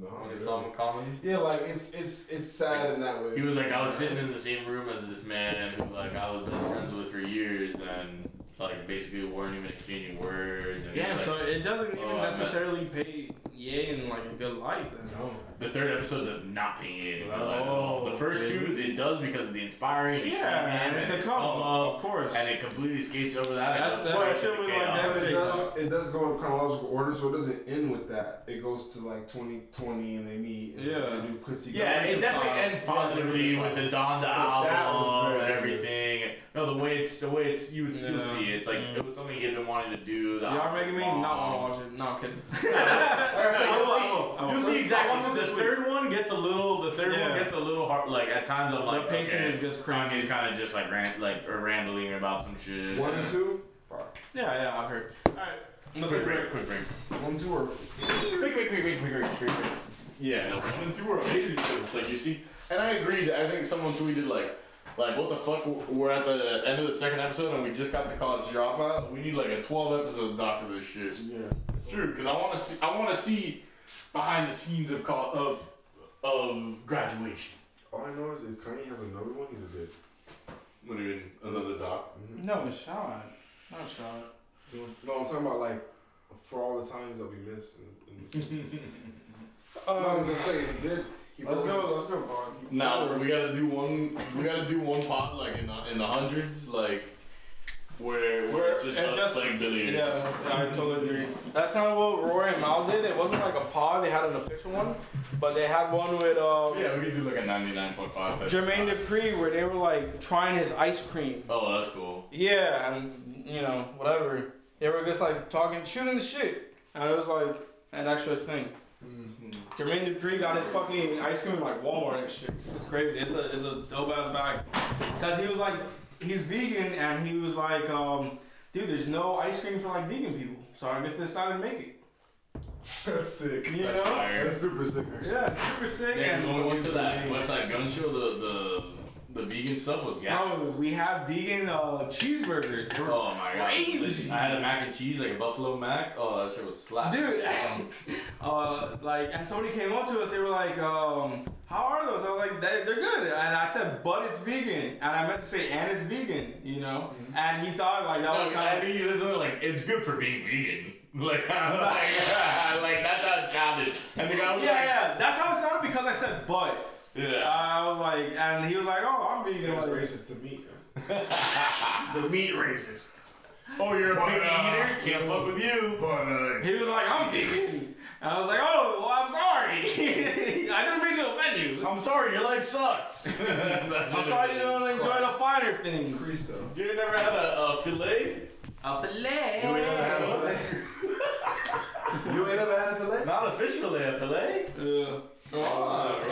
No.
when they
Oh, really.
saw him in comedy.
Yeah, like it's it's it's sad in that way.
He was like, I was sitting in the same room as this man who like I was best friends with for years, and like basically weren't even exchanging words. And
Damn,
like,
so it doesn't even
Oh, I
necessarily pay Ye in like a good light. Then.
No.
The third episode does not pay you any attention at
Oh,
all. The first two, it does because of the inspiring. you see him, and his come up,
course.
uh, and it completely skates over that.
That's-
It
that's
does
why
such
shit
a
was like
chaos.
that
But
with-
it does it does go in chronological order, so it doesn't end with that. It goes to like 2020, and they meet. And
Yeah.
They do Quincy.
Yeah,
Jones.
it definitely ends positively with the
But
Donda
that was
album and
very
everything. No, the way it's the way it's you would still
Yeah. Mm.
see it. it's like it was something you've been wanting to do. The
Y'all
album.
making me not want to watch it. No, I'm kidding.
No, you'll see-
I will.
You'll see
I will
exactly.
this
The third one gets a little. The third
Yeah.
one gets a little hard. Like at times, I'm
The
like
pacing
okay,
is just crazy.
Kanye's kind of just like rant, like or rambling about some shit.
One and two. Fuck.
Yeah, yeah, I've heard. Alright. Another
Quick
break.
break. Quick break.
One and two are
Quick break. Quick break. Quick break. Quick break. Yeah, no, one and two are amazing films. Like you see, and I agreed. I think someone tweeted like, like what the fuck? We're at the end of the second episode and we just got to college dropout. We need like a twelve episode doc of this shit.
yeah.
It's true because I want to see. I want to see behind the scenes of col- of of graduation.
All I know is if Kanye has another one, he's a bitch.
What do you mean? Another doc?
No shot. No shot.
No, I'm talking about like for all the times that we missed. In, in this no, 'cause
Um,
I'm saying he did. He
let's
broke
go,
his-
let's go, Vaughn.
No, we gotta do one. We gotta do one pot like in the in the hundreds, like where where it's just
and
us
that's-
playing billiards.
Yeah, I totally agree. That's kind of what Rory and Mal did. It wasn't like a pod; they had an official one, but they had one with um,
Yeah, we could do like a 99.5 type.
Jermaine Dupri where they were like trying his ice cream.
Oh, that's cool.
Yeah, and you know whatever. They were just like talking, shooting the shit, and it was like an extra thing. Jermaine Dupri got his fucking ice cream in like Walmart and shit. It's crazy. It's a it's a dope ass bag. Cause he was like he's vegan and he was like um dude there's no ice cream for like vegan people. So I guess they decided to make it.
That's sick.
You
That's
know?
fire.
That's super sick. actually.
Yeah, super sick.
Yeah, 'cause
and
when we went to that Westside Gun Show, the the the vegan stuff was gas.
Bro, we have vegan uh, cheeseburgers. They Oh, were
Oh my god!
Crazy.
I had a mac and cheese, like a buffalo mac. Oh, that shit was slap.
Dude, uh, like, and somebody came up to us. They were like, um, "How are those?" I was like, they, "They're good." And I said, "But it's vegan," and I meant to say, "And it's vegan," you know. And he thought like that
Mm-hmm. No,
was
I
kind of.
think he was like, it's good for being vegan. Like, I'm like, like that's how it sounded. And the guy was
Yeah, yeah, that's how it sounded because I said "but."
yeah.
I was like, and he was like, "Oh, I'm vegan."
That's
Like,
racist to me.
He's a meat racist. Oh, you're a pig eater? Can't fuck with you. uh,
He was like, "I'm vegan," and I was like, "Oh, well, I'm sorry. I didn't mean to offend you.
I'm sorry, your life sucks.
I'm
I'm
sorry you don't enjoy the finer things."
Crease though.
You never had a, a fillet?
A
You ain't never
fillet.
had a fillet. You ain't never had a fillet.
Not a fish fillet, a fillet?
Uh,
oh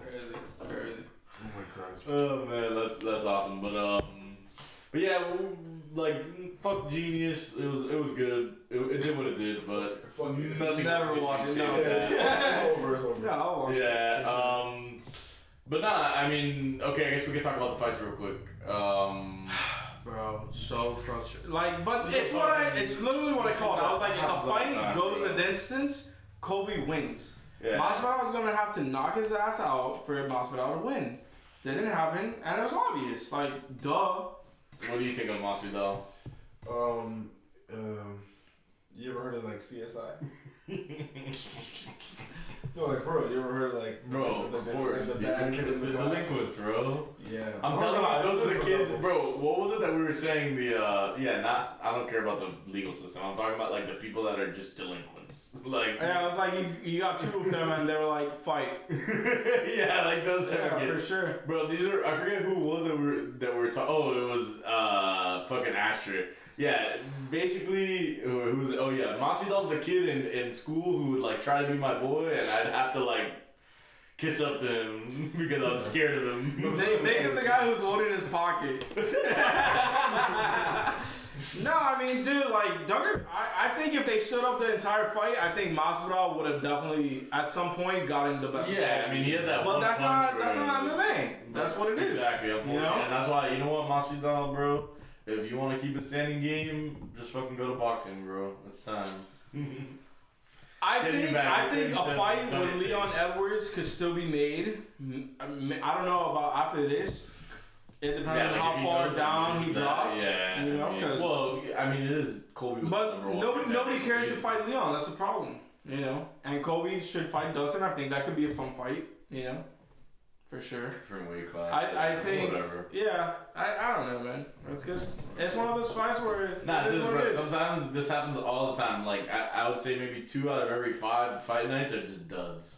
crazy, crazy.
Oh my Christ.
man, that's that's awesome. But um, but yeah, w- like fuck genius. It was it was good. It, it did what it did, but
Fuck you.
nothing.
Never
is- is
watched it,
said
no.
with that.
Yeah, it's over. It's over.
Yeah, I'll watch it.
Yeah. Um, but nah, I mean, okay, I guess we can talk about the fights real quick. Um,
Bro, so frustrated. Like, but it's what I, it's literally what I called. I was like, if the fight goes the distance, Kobe wins.
yeah.
Masvidal was gonna have to knock his ass out for Masvidal to win. Didn't happen, and it was obvious. Like, duh.
what do you think of Masvidal?
Um, um, you ever heard of like CSI? no, like bro, you ever heard of like
Bro,
the,
of
the,
course,
the, the
dude.
bad kid
It's
in
the
the glass?
delinquents, bro.
Yeah,
I'm
Oh,
telling
no,
you, those
it's
are the
different
kids,
level.
bro. What was it that we were saying? The uh, yeah, not. I don't care about the legal system. I'm talking about like the people that are just delinquents. Like
Yeah, it was like you, you got two of them, and they were like, fight.
yeah, like those.
Yeah,
are
for
kids.
sure.
Bro, these are I forget who it was that we were that we were talking. Oh, it was uh fucking Asher. Yeah, basically, who who was it? Oh yeah, Masvidal's the kid in, in school who would like try to be my boy, and I'd have to like kiss up to him because I was scared of him.
Nick, Nick is the guy who's holding his pocket. no, I mean, dude, like Duncan, I, I think if they stood up the entire fight, I think Masvidal would have definitely at some point gotten the best.
yeah, I mean he had that.
but
one
that's
punch
not that's
where-
not MMA. That's what it is.
Exactly, unfortunately,
You know?
and that's why you know what Masvidal, bro. If you want to keep a standing game, just fucking go to boxing, bro. It's time.
I
Hit me
think
back
I
with
think a
37
fight
dummy
with Leon
things.
Edwards could still be made. Mm, I mean, I don't know about after this. It depends
Yeah,
on
like, if
how
he
far
goes
down
and
he
loses that,
drops.
Yeah,
you know,
I mean,
'cause-
well, I mean, it is Colby. Was
But
number one
nobody
contender.
nobody cares to
He's-
fight Leon. That's the problem. You know, and Kobe should fight Dustin. I think that could be a fun fight. You know, for sure.
Different weight class.
I, I
yeah,
think.
Whatever.
Yeah, I, I don't know, man. That's just it's one of those fights where
Nah,
it
it's
is
just,
what it
bro,
is.
sometimes this happens all the time. Like I, I would say maybe two out of every five fight nights are just duds.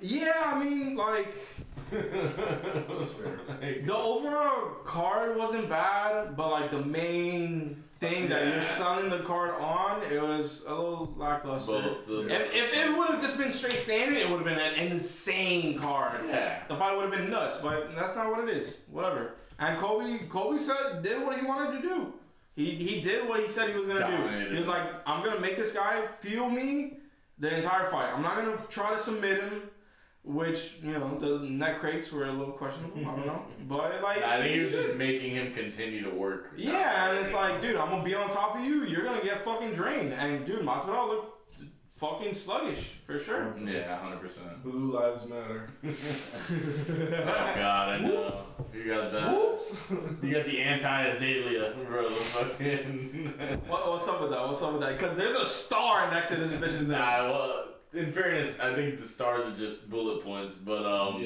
Yeah, I mean, like
Like,
the overall card wasn't bad, but like the main thing that
Yeah.
you're selling the card on, it was a little lackluster.
both the
If, if it would have just been straight standing, it would have been an insane card.
yeah.
The fight would have been nuts, but that's not what it is. Whatever. And Kobe, Kobe said, did what he wanted to do. He he did what he said he was gonna do. He
Dominated.
was like, I'm gonna make this guy feel me the entire fight. I'm not gonna try to submit him, which you know the neck crates were a little questionable. I don't know, but like
Mm-hmm. I think
he
he was
did.
just making him continue to work.
Yeah, and it's like, dude, I'm gonna be on top of you. You're gonna get fucking drained. And dude, Masvidal looked fucking sluggish for sure.
Yeah, hundred percent.
Blue lives matter.
Oh god, I know. You got that. You got the anti-azalea, bro. Fucking.
What, what's up with that? What's up with that? Because there's a star next to this bitch's name.
nah, well, in fairness, I think the stars are just bullet points, but um.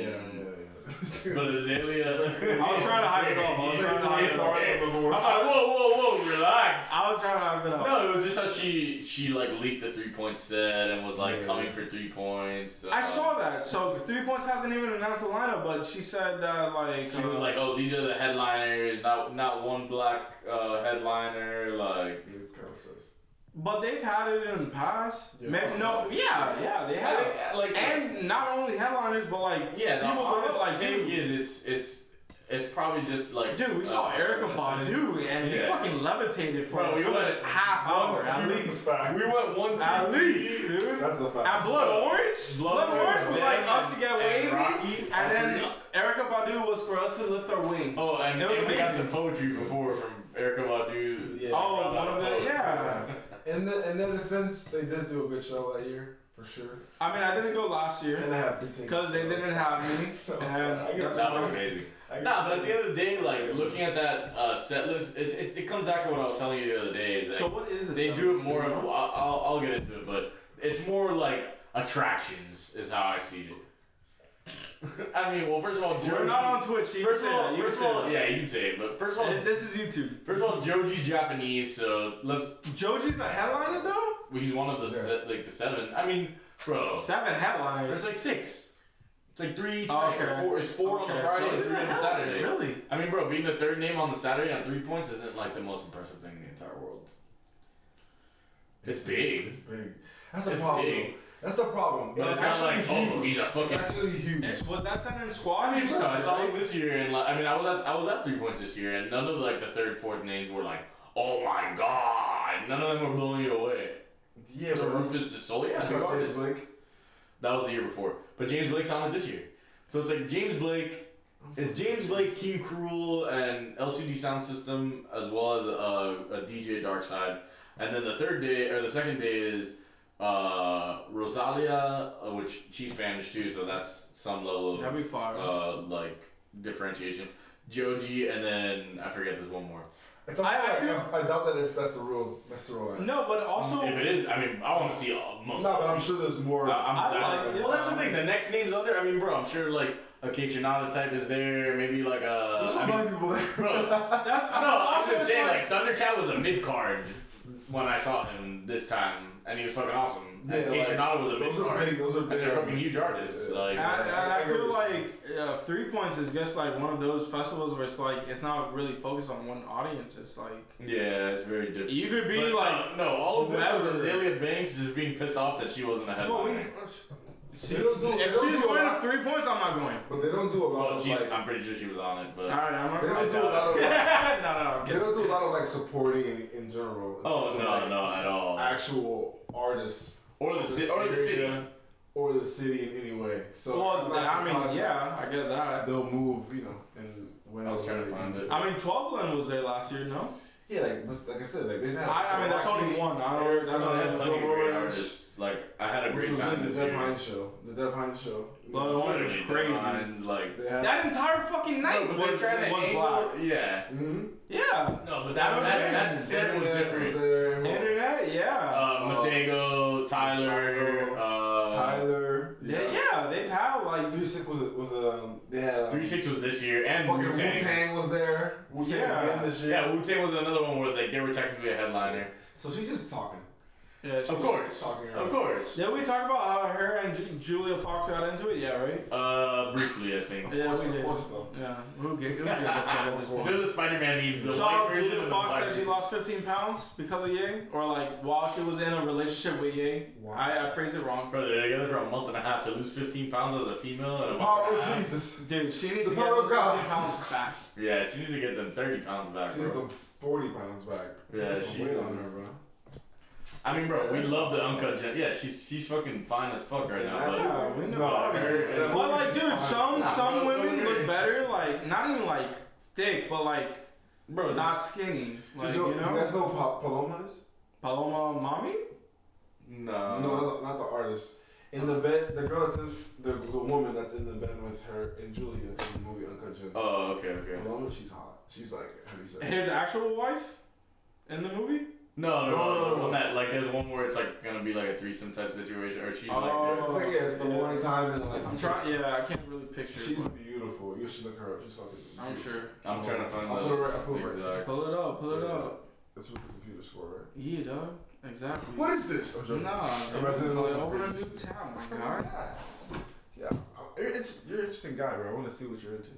But azalea.
I was trying to hype it up. I was trying to hype it up.
I'm like, whoa, whoa, whoa, relax.
I was trying to hype it up.
No, it was just how she she like leaked the three point set and was like coming for three points.
I
uh,
saw that. So Three Points hasn't even announced the lineup, but she said that like uh,
She was like, "Oh, these are the headliners. Not not one black uh, headliner. Like,
It's kind of sus.
but they've had it in the past.
Yeah.
Maybe, no, yeah, yeah, they
I
have.
think, like,
And not only headliners, but like
yeah, the
people look
honest
up like
take
dude,
is it's it's it's probably just like
dude. We saw
uh,
Erica
coincidence.
Badu and he
Yeah.
fucking levitated for
Bro,
a
we
good
went
half hour at
two-
least.
We went one two
At least,
three.
dude.
That's a fact.
At Blood Orange? Blood,
Blood
Orange was
Orange
like
and-
us to get
and
wavy,
Rocky.
and, then Erica Badu was for us to lift our wings.
Oh, and,
It was
and we got
amazing.
some poetry before from Erica Badu.
Yeah.
Oh, one of the, yeah.
In, the, in their defense, they did do a good show that year, for sure.
I mean, I didn't go last year
And I have big tickets.
because they didn't have me.
I'm sorry, I get
And that's
That
what
was
I'm-
amazing.
I
Nah, but at the end of the day, like looking at that uh, set list, it, it, it comes back to what I was telling you the other day. Is that
so what is this?
they do it
episode?
more of. I'll, I'll, I'll get into it, but it's more like attractions is how I see it. I mean, well, first of all,
We're
Joji-
not on Twitch. You
First
can
of
say
all,
that. You
first
can
of
say
all,
that.
yeah, you can say it, but first of all,
This is YouTube.
first of all, Joji's Japanese, so let's.
Joji's a headliner though.
He's one of the
Yes.
se- like the seven. I mean, bro,
Seven headliners.
there's like six. It's like three each
Oh,
night, or
okay.
Four, it's four on the
Okay.
Friday, and
Joji's
three
a
on the
headliner,
Saturday.
Really?
I mean, bro, being the third name on the Saturday on three points isn't like the most impressive thing in the entire world. It's big.
It's big. That's a
It's
problem.
big.
That's the problem.
But it's not like, oh, he's a
It's
fucking.
actually huge.
Was that seven squad?
I mean, bro, I saw him this year, and like, I mean, I was at I was at three points this year, and none of like the third, fourth names were like, oh my god, none of them were blowing you away.
Yeah,
So
but that's-
Rufus DeSole, yeah,
that's not
regardless.
James Blake.
That was the year before, but James Blake's on it this year. So it's like James Blake. It's James Blake, Team Cruel, and LCD Sound System, as well as a, a DJ Dark Side. And then the third day, or the second day, is uh, Rosalia, uh, which she's Spanish too, so that's some level of
That'd be fire.
uh, like differentiation. Joji, and then I forget there's one more.
It's also
I- I
like,
feel-
I doubt that it's, that's the rule. That's the rule.
no, but also
If it is, I mean, I want to see all, most.
No, but I'm sure there's more.
I- I'm,
I
I
like this.
well, that's the thing. The next name's on there. I mean, bro, I'm sure like a Kitchenada type is there. Maybe like a.
there's
I
some
mean,
black people there.
bro, no,
that,
I was
also
gonna
it's
say
like-
like Thundercat was a mid card when I saw him this time, and he was fucking awesome. And
Yeah, like,
Kitchenada was a mid
those are big.
card.
Those are
And they're
big.
fucking huge artists.
Yeah.
Like,
I, I, I
I
feel
agree.
like uh, Three Points is just like one of those festivals where it's like it's not really focused on one audience. It's like
yeah, it's very different.
you could be
But,
like,
no, no, all of this
whoever.
was Azalea Banks just being pissed off that she wasn't a
well, we,
headliner.
see,
They don't do- they
uh, if
don't
she's
do a
going to
lot.
Three Points, I'm not going.
But they don't do a lot
Well,
of
she,
like.
Oh, I'm pretty sure she was on it, but
All right, I'm not
They
going.
don't do a lot of.
no,
Like,
no, no. I'm
they
kidding.
don't do a lot of like supporting in, in general. in
oh
terms of,
no,
like,
no, at all.
Actual artists
Or the city, or the city.
area, or the city in any way. So
Well,
I'm not
I mean,
surprised
yeah, I
that
get that.
They'll move, you know, and when
I was trying to find it.
I mean, Twelve Len was there last year, no?
Yeah, like but like I said, like they've had.
I, I mean, that's only
Rocky,
one. I don't. That's
I had
only
plenty of
one.
great artists. Like I had a
Which
great
was
time
really
this
the Dev
year.
Hines show. The Dev Hines show.
But the one was
Literally,
crazy.
Hines, like
They had.
That entire fucking night
But they're
was, was
trying to angle-
black.
Yeah.
hmm
Yeah.
No, but
That
that
was
that,
crazy.
that set was
Was
different.
there, who else?
Internet, yeah.
Uh, Masego, Tyler, uh,
Tyler.
They- yeah, they've had like
Three Six was a, was a um, they had um,
Three Six was this year, and
fucking
Wu
Wu
Tang.
Tang was there. Wu Tang
Yeah.
again this year.
Yeah, Wu Tang was another one where like they were technically a headliner.
So she's just talking.
Yeah, she
Of
was
course,
talking
of course.
Did we talk about how her and Ju- Julia Fox got into it? Yeah, right.
Uh, briefly, I think.
Yeah,
course,
we
of
did.
course, though.
Yeah, who gi- who gives a fuck at this point?
There's a Spider-Man meme. The
Saw
white version
Julia
of the
Fox
black
said she
version.
lost 15 pounds because of Ye, or like while she was in a relationship with Ye.
Wow.
I, I phrased it wrong.
Brother, they're together for a month and a half to lose 15 pounds as a female. And a month
Power
and a
of
half.
Jesus.
Dude, she needs
The
to get
power of
those
God.
15 pounds back.
Yeah, she needs to get them 30 pounds back,
She's
bro.
some forty pounds back.
Yeah,
Some
she-
weight on her, bro.
I mean, bro, we
That's-
love the
that's-
uncut gem. Yeah, she's she's fucking fine as fuck right
I
now.
know,
we know.
No,
Obviously.
her-
But like, dude, some
Nah,
some
no, no
women
worries.
look better, like not even like thick, but like
But, bro,
not
this,
skinny. Like,
She's
you
no- you guys
know,
know Pa- Paloma is?
Paloma, mommy.
no.
no, not- not the artist. In the bed, the girl that's in the, the woman that's in the bed with her and Julia in the movie Uncut Gems.
Oh, okay, okay.
Paloma, she's hot. She's like, how do you say?
His actual wife in the movie.
No, no,
No,
no.
no,
The
no.
one that like, there's one where it's like gonna be like a threesome type situation, or she's
Oh.
like,
It's like yeah, it's the morning time and like
I'm trying. Yeah, I can't really picture.
She's
it.
beautiful. You should look her up. She's fucking.
I'm
beautiful.
sure.
I'm trying to find
I'll put
the
her. I'll put her.
exact.
Pull it up. Pull it up.
That's what the computer's for, right?
Yeah, dog. Exactly.
What is this? I'm joking.
Nah,
I'm
dude,
resident of
like,
Los
over a new
Angeles.
town, my
What is
God.
that? Yeah, I'm- you're, inter- you're an interesting guy, bro. I want to see what you're into.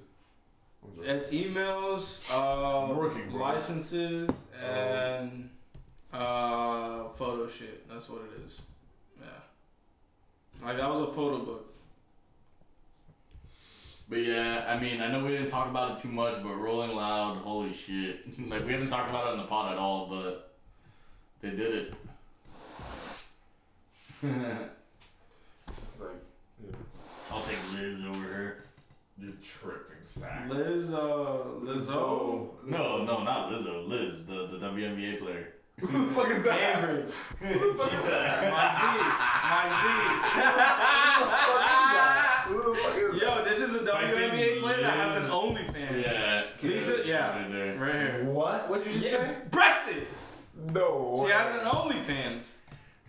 I'm joking.
It's emails, uh,
I'm working, bro. Oh.
licenses, and uh, photo shit. That's what it is. Yeah. Like that was a photo book.
But yeah, I mean, I know we didn't talk about it too much, but Rolling Loud, holy shit! like we haven't talked about it in the pod at all, but they did it.
It's like you know,
I'll take Liz over her.
you're tripping, Zach.
Liz, uh, Lizzo.
So-
No, no, not Lizzo. Liz, the, the WNBA player.
Who the fuck is that?
Avery.
She's the,
My
Who the fuck is
G. Yo, this is a WNBA player that has an OnlyFans.
yeah.
Lisa-
she's
yeah.
right there.
Right
that?
here.
What? What did you just say?
Yeah, press it.
No.
She
way.
has an OnlyFans.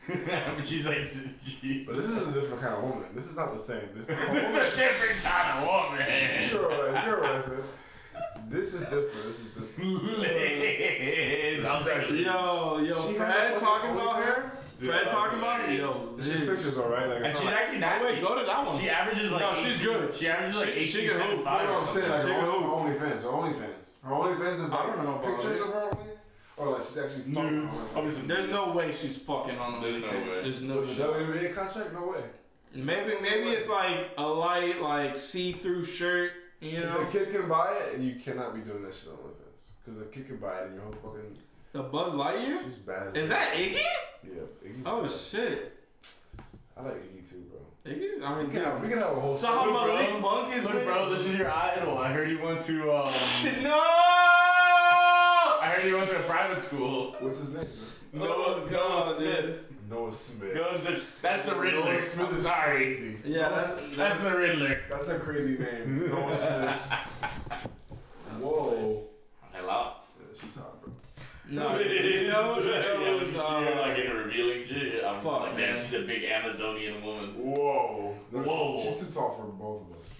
But she's like, she's
But this is a different kind of woman. This is not the same. This
It's a different kind of
You're right. You're right, sir. This is different. This is different.
woman. Liz. I was actually.
Yo, yo,
She
Fred
has
talking
fucking
about her.
Dude,
Fred
I
talking
love
about her.
her.
Yo,
She's
dude.
pictures, all right. Like,
And
it's
she's
not-
actually nasty.
Wait, go to that one.
She averages like.
No, she's
18
good.
She averages like
She-
18
she can
ten,
hoop.
five
That's
or
what I'm saying.
something.
Like,
Jigga
her
who?
only fans. Her only fans. Her only fans is like
I don't know about
pictures
it.
of her only, or like she's actually fucking.
Nudes.
her.
Probably some
There's
nudes.
no way she's fucking on
There's no
OnlyFans.
way.
There's no
With the WNBA contract? No way.
Maybe maybe it's like a light like see through shirt. You know,
If a kid can buy it, you cannot be doing that shit on OnlyFans. Because a kid can buy it, and your whole fucking
the Buzz Lightyear.
she's bad. as
Is
fuck.
that Iggy?
Yeah. Iggy's
Oh
bad.
shit,
I like Iggy too, bro.
Iggy's. I mean,
We can have, we
dude.
can have a whole.
So how
Look, bro.
Malik Monk is
Look,
with?
bro, this is your idol. I heard you went to. Um,
No. Ah!
I heard you went to a private school.
What's his name?
Noah, Noah
Oh, God,
Smith.
man? Noah Smith.
Noah Smith. That's the Riddler.
Noah Smith
I'm
is
sorry.
crazy.
Yeah, that's
That's the Riddler.
That's a crazy name. Noah Smith. Whoa.
Hello.
Yeah, she's hot, bro.
no. You know, you know, it was,
you're
uh,
like in revealing shit. I'm
fuck,
like, damn,
man.
she's a big Amazonian woman.
Whoa. No,
Whoa.
She's, she's too tall for both of us.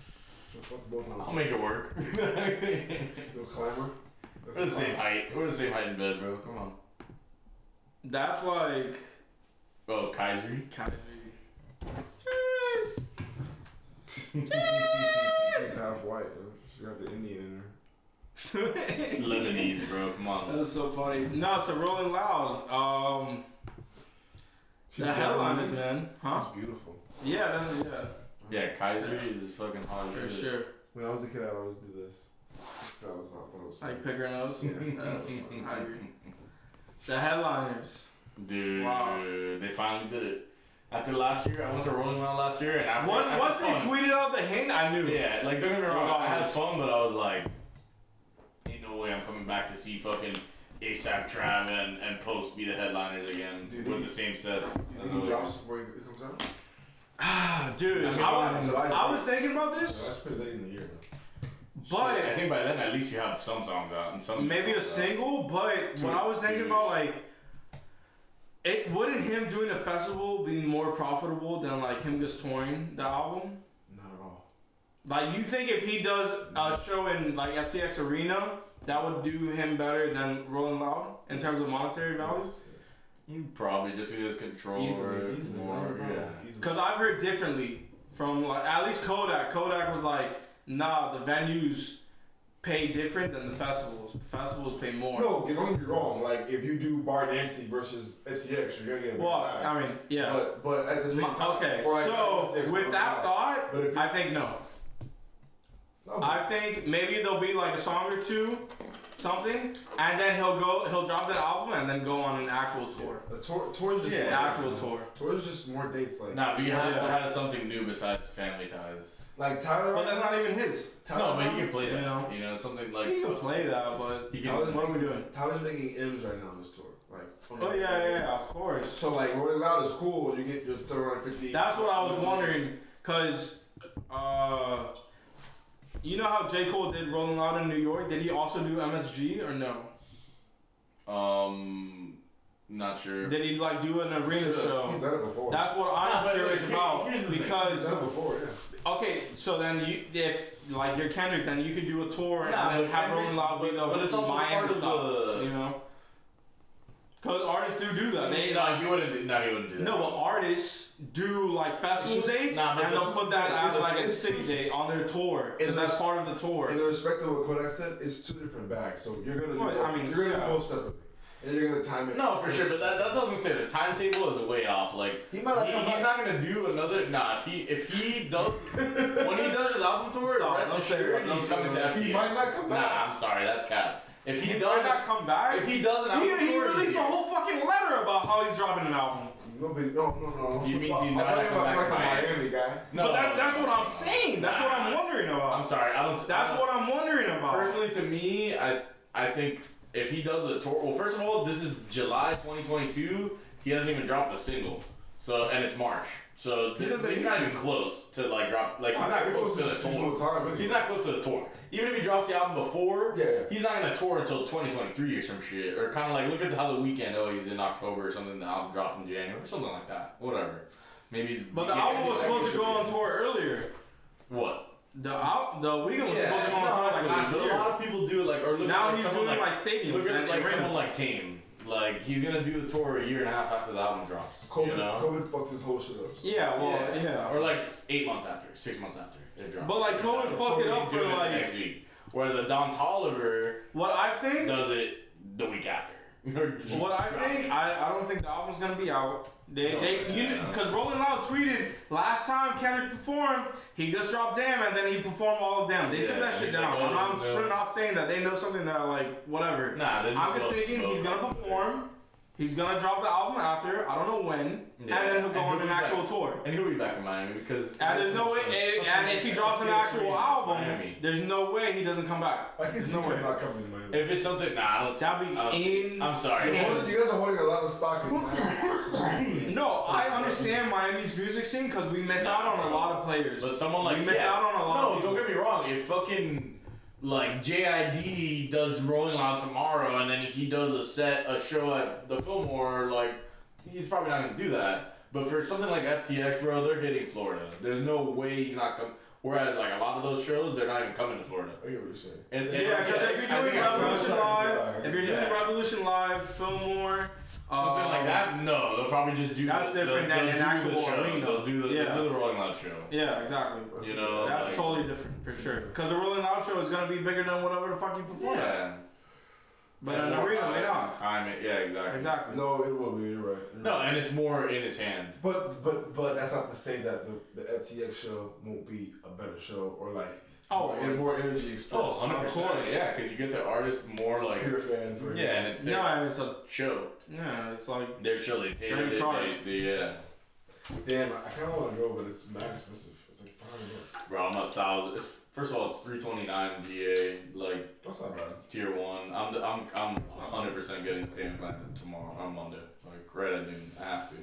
She'll fuck both of us.
I'll make it work. We're
You'll climber. That's
the same
impossible.
height. We're the same height in bed, bro. Come on.
that's like
Oh, Kaisri.
kind of. Cheers.
She's half white. Huh? She got the Indian in her.
Lebanese, bro. Come on.
That's so funny. No, so Rolling Loud. Um,
She's
the headliners,
Lebanese.
man. Huh?
She's beautiful.
Yeah, that's yeah,
Yeah, Kaiser is fucking hot as
for
shit.
sure.
When I was a kid, I always did this. So I was I thought it was
Like
funny.
pick her nose.
Yeah, that was
Uh,
funny.
I agree. The headliners.
Dude,
Wow.
they finally did it. After last year, I went to Rolling Loud last year, and after, I
Once,
had
once they
fun.
tweeted out the hint, I knew.
yeah, like don't get me wrong, I had
Regardless.
fun, but I was like, ain't no way I'm coming back to see fucking ASAP Trav and, and Post be the headliners again
Dude,
with
he-
the same sets. Uh,
You think he drops before it comes out?
Ah, dude,
July-
I, was-
July's-
I was thinking about
No,
this,
that's pretty late in the year.
but I
But
think by then at least you have some songs out and some
maybe a
songs out.
single. But when I was thinking about like,
It wouldn't him doing a festival be more profitable than like him just touring the album?
Not at all.
Like you think if he does a show in like FTX Arena, that would do him better than Rolling Loud in terms of monetary value?
Mm, Probably just because control over
Easily,
it
easily.
more. Yeah.
Because I've heard differently from like at least Kodak. Kodak was like, nah, the venues pay different than the festivals. Festivals pay more.
No, don't get me wrong. Like if you do Bar Nancy versus FTX, you're gonna get a big
Well,
bag.
I mean, yeah.
But, but at the same
My-
time,
okay,
or at
so
FTX,
with
but
that
not.
thought,
But if you-
I think no.
No, but-
I think maybe there'll be like a song or two, something, and then he'll go, he'll drop that album and then go on an actual tour.
The tour, tours just
An
more
actual
dates.
tour.
Tours just more dates. Like,
Nah, but you have to
Yeah.
have something new besides family ties.
like Tyler.
But that's not even his.
No,
Tyler,
but you can play that.
You
You
know?
know, something like.
He can play that, but
You
Tyler's
can.
what are we doing?
Tyler's making M's right now on this tour. Like,
Oh yeah, yeah, yeah, of course.
So like, Rolling Loud is cool. You get your 750.
That's what I was wondering, cause uh, you know how J Cole did Rolling Loud in New York? Did he also do MSG or no?
Um, not sure.
Did he like do an arena show?
He's done it before.
That's what
Nah,
I'm
but
curious
here-
about
here's the thing.
He's
because
done it before. Yeah.
okay, so then you if like you're Kendrick, then you could do a
Nah,
tour and
but
then have
Kendrick-
Rolling Loud be the
but it's also
Miami
part of
style,
the-
you know. Cause artists do do that. They
no,
like
he wouldn't. Do, no, he wouldn't do that.
No, but artists do like festival
It's just-
dates,
nah, but
and they'll
this-
put that
this
as
is-
like a
it's
city
just-
date on their tour,
it's
because that's
just-
part of the
In
tour.
respect of what Kodak said, it's two different bags. So you're gonna do.
Well,
both.
I mean,
you're gonna
yeah.
do both separately, and you're gonna time it.
No, for sure. But that, that's what I was gonna say. The timetable is way off. Like
He might not
he-
come
he's
back.
not gonna do another. Nah, if he if he does when he does his album tour,
Stop,
rest
don't say
assured
that, don't
he's
say
coming to
that.
FTX.
He might not come
Nah,
back.
I'm sorry, that's cap. If he,
He might
does
not come back.
if he does an album
he, he
tour,
released
he's-
a whole fucking letter about how he's dropping an album.
Nobody. No, no, no. no.
You mean he's
I'm
not
talking
gonna come
about
back to
like a
Miami?
Miami guy.
no,
but that, that's what I'm saying. That's what I'm wondering about.
I'm sorry. I don't.
that's what I'm wondering about.
personally to me. I I think if he does a tour, well, first of all, this is July 2022. He hasn't even dropped a single. So and it's March. So
He doesn't
he's
need
not
to.
even close to like drop. Like he's
Nah,
not
it
close
was
to the
just
tour.
usual time, isn't
He's
it?
not close to the tour. Even if he drops the album before,
Yeah, yeah.
he's not gonna tour until 2023 or some shit. Or kind of like look at how the weekend. Oh, he's in October or something. The album dropped in January or something like that. Whatever. Maybe.
but the
yeah,
album was
yeah,
supposed to
yeah.
go on tour earlier.
What?
The al- the weekend was supposed to go
no,
on tour like
I
last
feel you. But A lot
year.
of people do like or look at,
Now
like,
he's
someone
doing
like
like stadiums
Look at
and
like someone
arenas.
like Tame. Like he's gonna do the tour a year and a half after the album drops.
COVID,
you know?
COVID fucked his whole shit up. so-
Yeah, well, yeah.
Or like eight months after, six months after it drops.
But like COVID fucked it
He's
up for
doing it the
like
next week. Whereas a Don Tolliver
what I think.
does it the week after. Or just
What I
drop
think,
it.
I, I don't think the album's gonna be out. They
No,
they you
yeah.
because Rolling Loud tweeted last time Kendrick performed, he just dropped Damn and then he performed all of them. They took
Yeah,
that shit
he's
down.
like, oh,
I'm, I'm
this is
sure
dope.
not saying that they know something that I like whatever.
Nah, they're just
I'm just
both
thinking he's
both
gonna
both
perform. He's gonna drop the album after. I don't know when,
Yeah,
and then he'll go
he'll
on an
be back-
actual tour.
And he'll be back in Miami because
And Ah, there's no way. And, and if he drops an actual album, there's no way he doesn't come back.
I can see
No
him
way.
not coming to Miami.
If it's something, nah, I don't see.
That'd be
I don't see- I'm sorry.
insane.
You guys are holding a lot of stock in Miami.
No, I understand Miami's music scene because we miss
Nah,
out on a
bro.
lot of players.
But someone like
we miss
yeah.
out on a lot.
No,
of people.
don't get me wrong. If fucking like JID does Rolling Loud tomorrow, and then he does a set, a show at the Fillmore, like he's probably not gonna do that. But for something like FTX, bro, they're hitting Florida. There's no way he's not coming. Whereas like a lot of those shows, they're not even coming to Florida.
I get what you're saying.
And, and
Yeah, 'cause if
I
you're doing
think I-
Revolution Live, if you're
Yeah.
doing Revolution Live, Fillmore, uh,
Something like that? No, they'll probably just do.
That's
the,
different
they'll,
than
they'll
an
do
actual
the show.
arena.
They'll do the,
Yeah.
they'll do the Rolling Loud show.
Yeah, exactly.
You know,
That's
like,
totally different for sure. Because the Rolling Loud show is gonna be bigger than whatever the fuck you perform at.
Yeah.
But an arena, may not.
Time it. Yeah, exactly.
Exactly.
No, it will be. You're right. You're
No,
right.
and it's more in his hand.
But but but that's not to say that the, the FTX show won't be a better show or like
Oh,
and more energy expressed.
Oh, 100%.
course.
Yeah, because you get the artist more like.
You're a fan for
Yeah, and it's their
No, and it's a
show.
yeah, it's like
Their show. They take
They're in
it,
charge.
They, they, yeah.
Damn, I kind of want to go, but it's mad expensive. It's like five bucks.
Bro, I'm a thousand. It's, first of all, it's 329 GA, like
That's not bad.
tier one. I'm the, I'm I'm I'm 100 percent getting payment by tomorrow on Monday, like right at noon. I have to.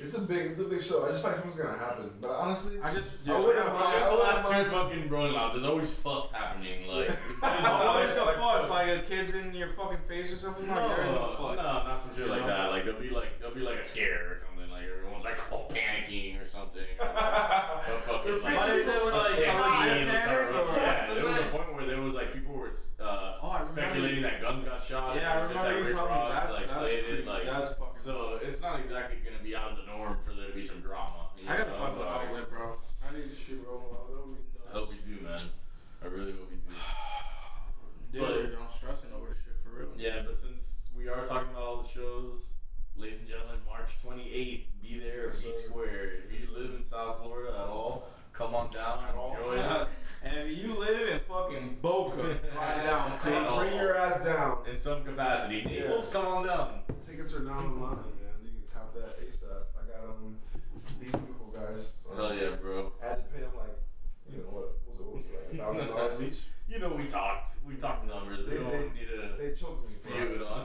It's a big, it's a big show. I just feel like something's gonna happen. But honestly,
I just
yeah,
I
I
wouldn't
wouldn't
mind.
mind-
The last
I
two
wouldn't
fucking rolling lives, there's always fuss happening. Like
There's always the fuss, like a kid's in your fucking face or something.
No,
Like, there is no
Oh, no,
fuss.
not some shit
You
like
know?
that. Like there'll be like there'll be like a scare or something. Like everyone's like all panicking or something. Or, a fucking, like,
What is it with,
a
like, uh,
stampede
a
and
legit
stuff.
panic
Yeah,
or what?
there was a point where there was like people were uh,
Oh, I remember.
speculating that guns got shot.
Yeah, I
and it was Uh, just, like, Rick
remember you telling me
Ross,
that's
like,
that's
laid it,
creepy.
like-
that's fucking.
So it's not exactly gonna be out of the norm for there to be some drama. you
I gotta
know,
find the
but
outlet, bro. I need to shoot Roman. I don't even
I
know.
hope we do, man. I really hope we do.
Dude,
But-
I'm stressing over this shit for real.
Yeah, but since we are talking about all the shows, ladies and gentlemen, March 28th, be there or be square. If you live in South Florida at all, come on down and enjoy it.
and if you live in fucking Boca, try it out.
At
please.
all.
Bring your ass down.
In some capacity. Naples, come on down.
Tickets are now online, man. You can cop that ASAP. I got um these beautiful guys. Um,
Hell yeah, bro.
I had to pay them like, you know what? What was it? What was it like a thousand dollars each?
You know, we talked. We talked numbers. We
They- they-
don't need to
They choked me.
spew it
Bro.
on.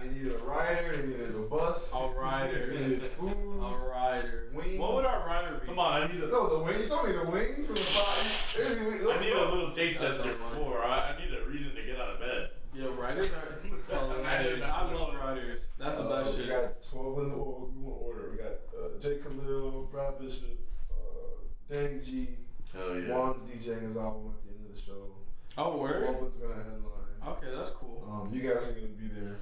They needed a rider. They needed a bus.
A rider.
They needed food.
A rider.
Wings.
What would our rider be?
come on, I need a.
No, the wing. You told me the wings and the fries. Everything-
I need a little taste
That's
tester
so funny.
before. I, I need a reason to get out of bed.
Yeah, riders are hilarious. I love riders. That's the
Uh,
best
we
shit.
got 12 in the order. We want order. We got uh, Jay Khalil, Brad Bishop, uh, Danny G.
Hell
Juan's DJing his album at the end of the show.
Oh, word?
12 is going to headline.
Okay, that's cool.
Um, you guys are going to be there.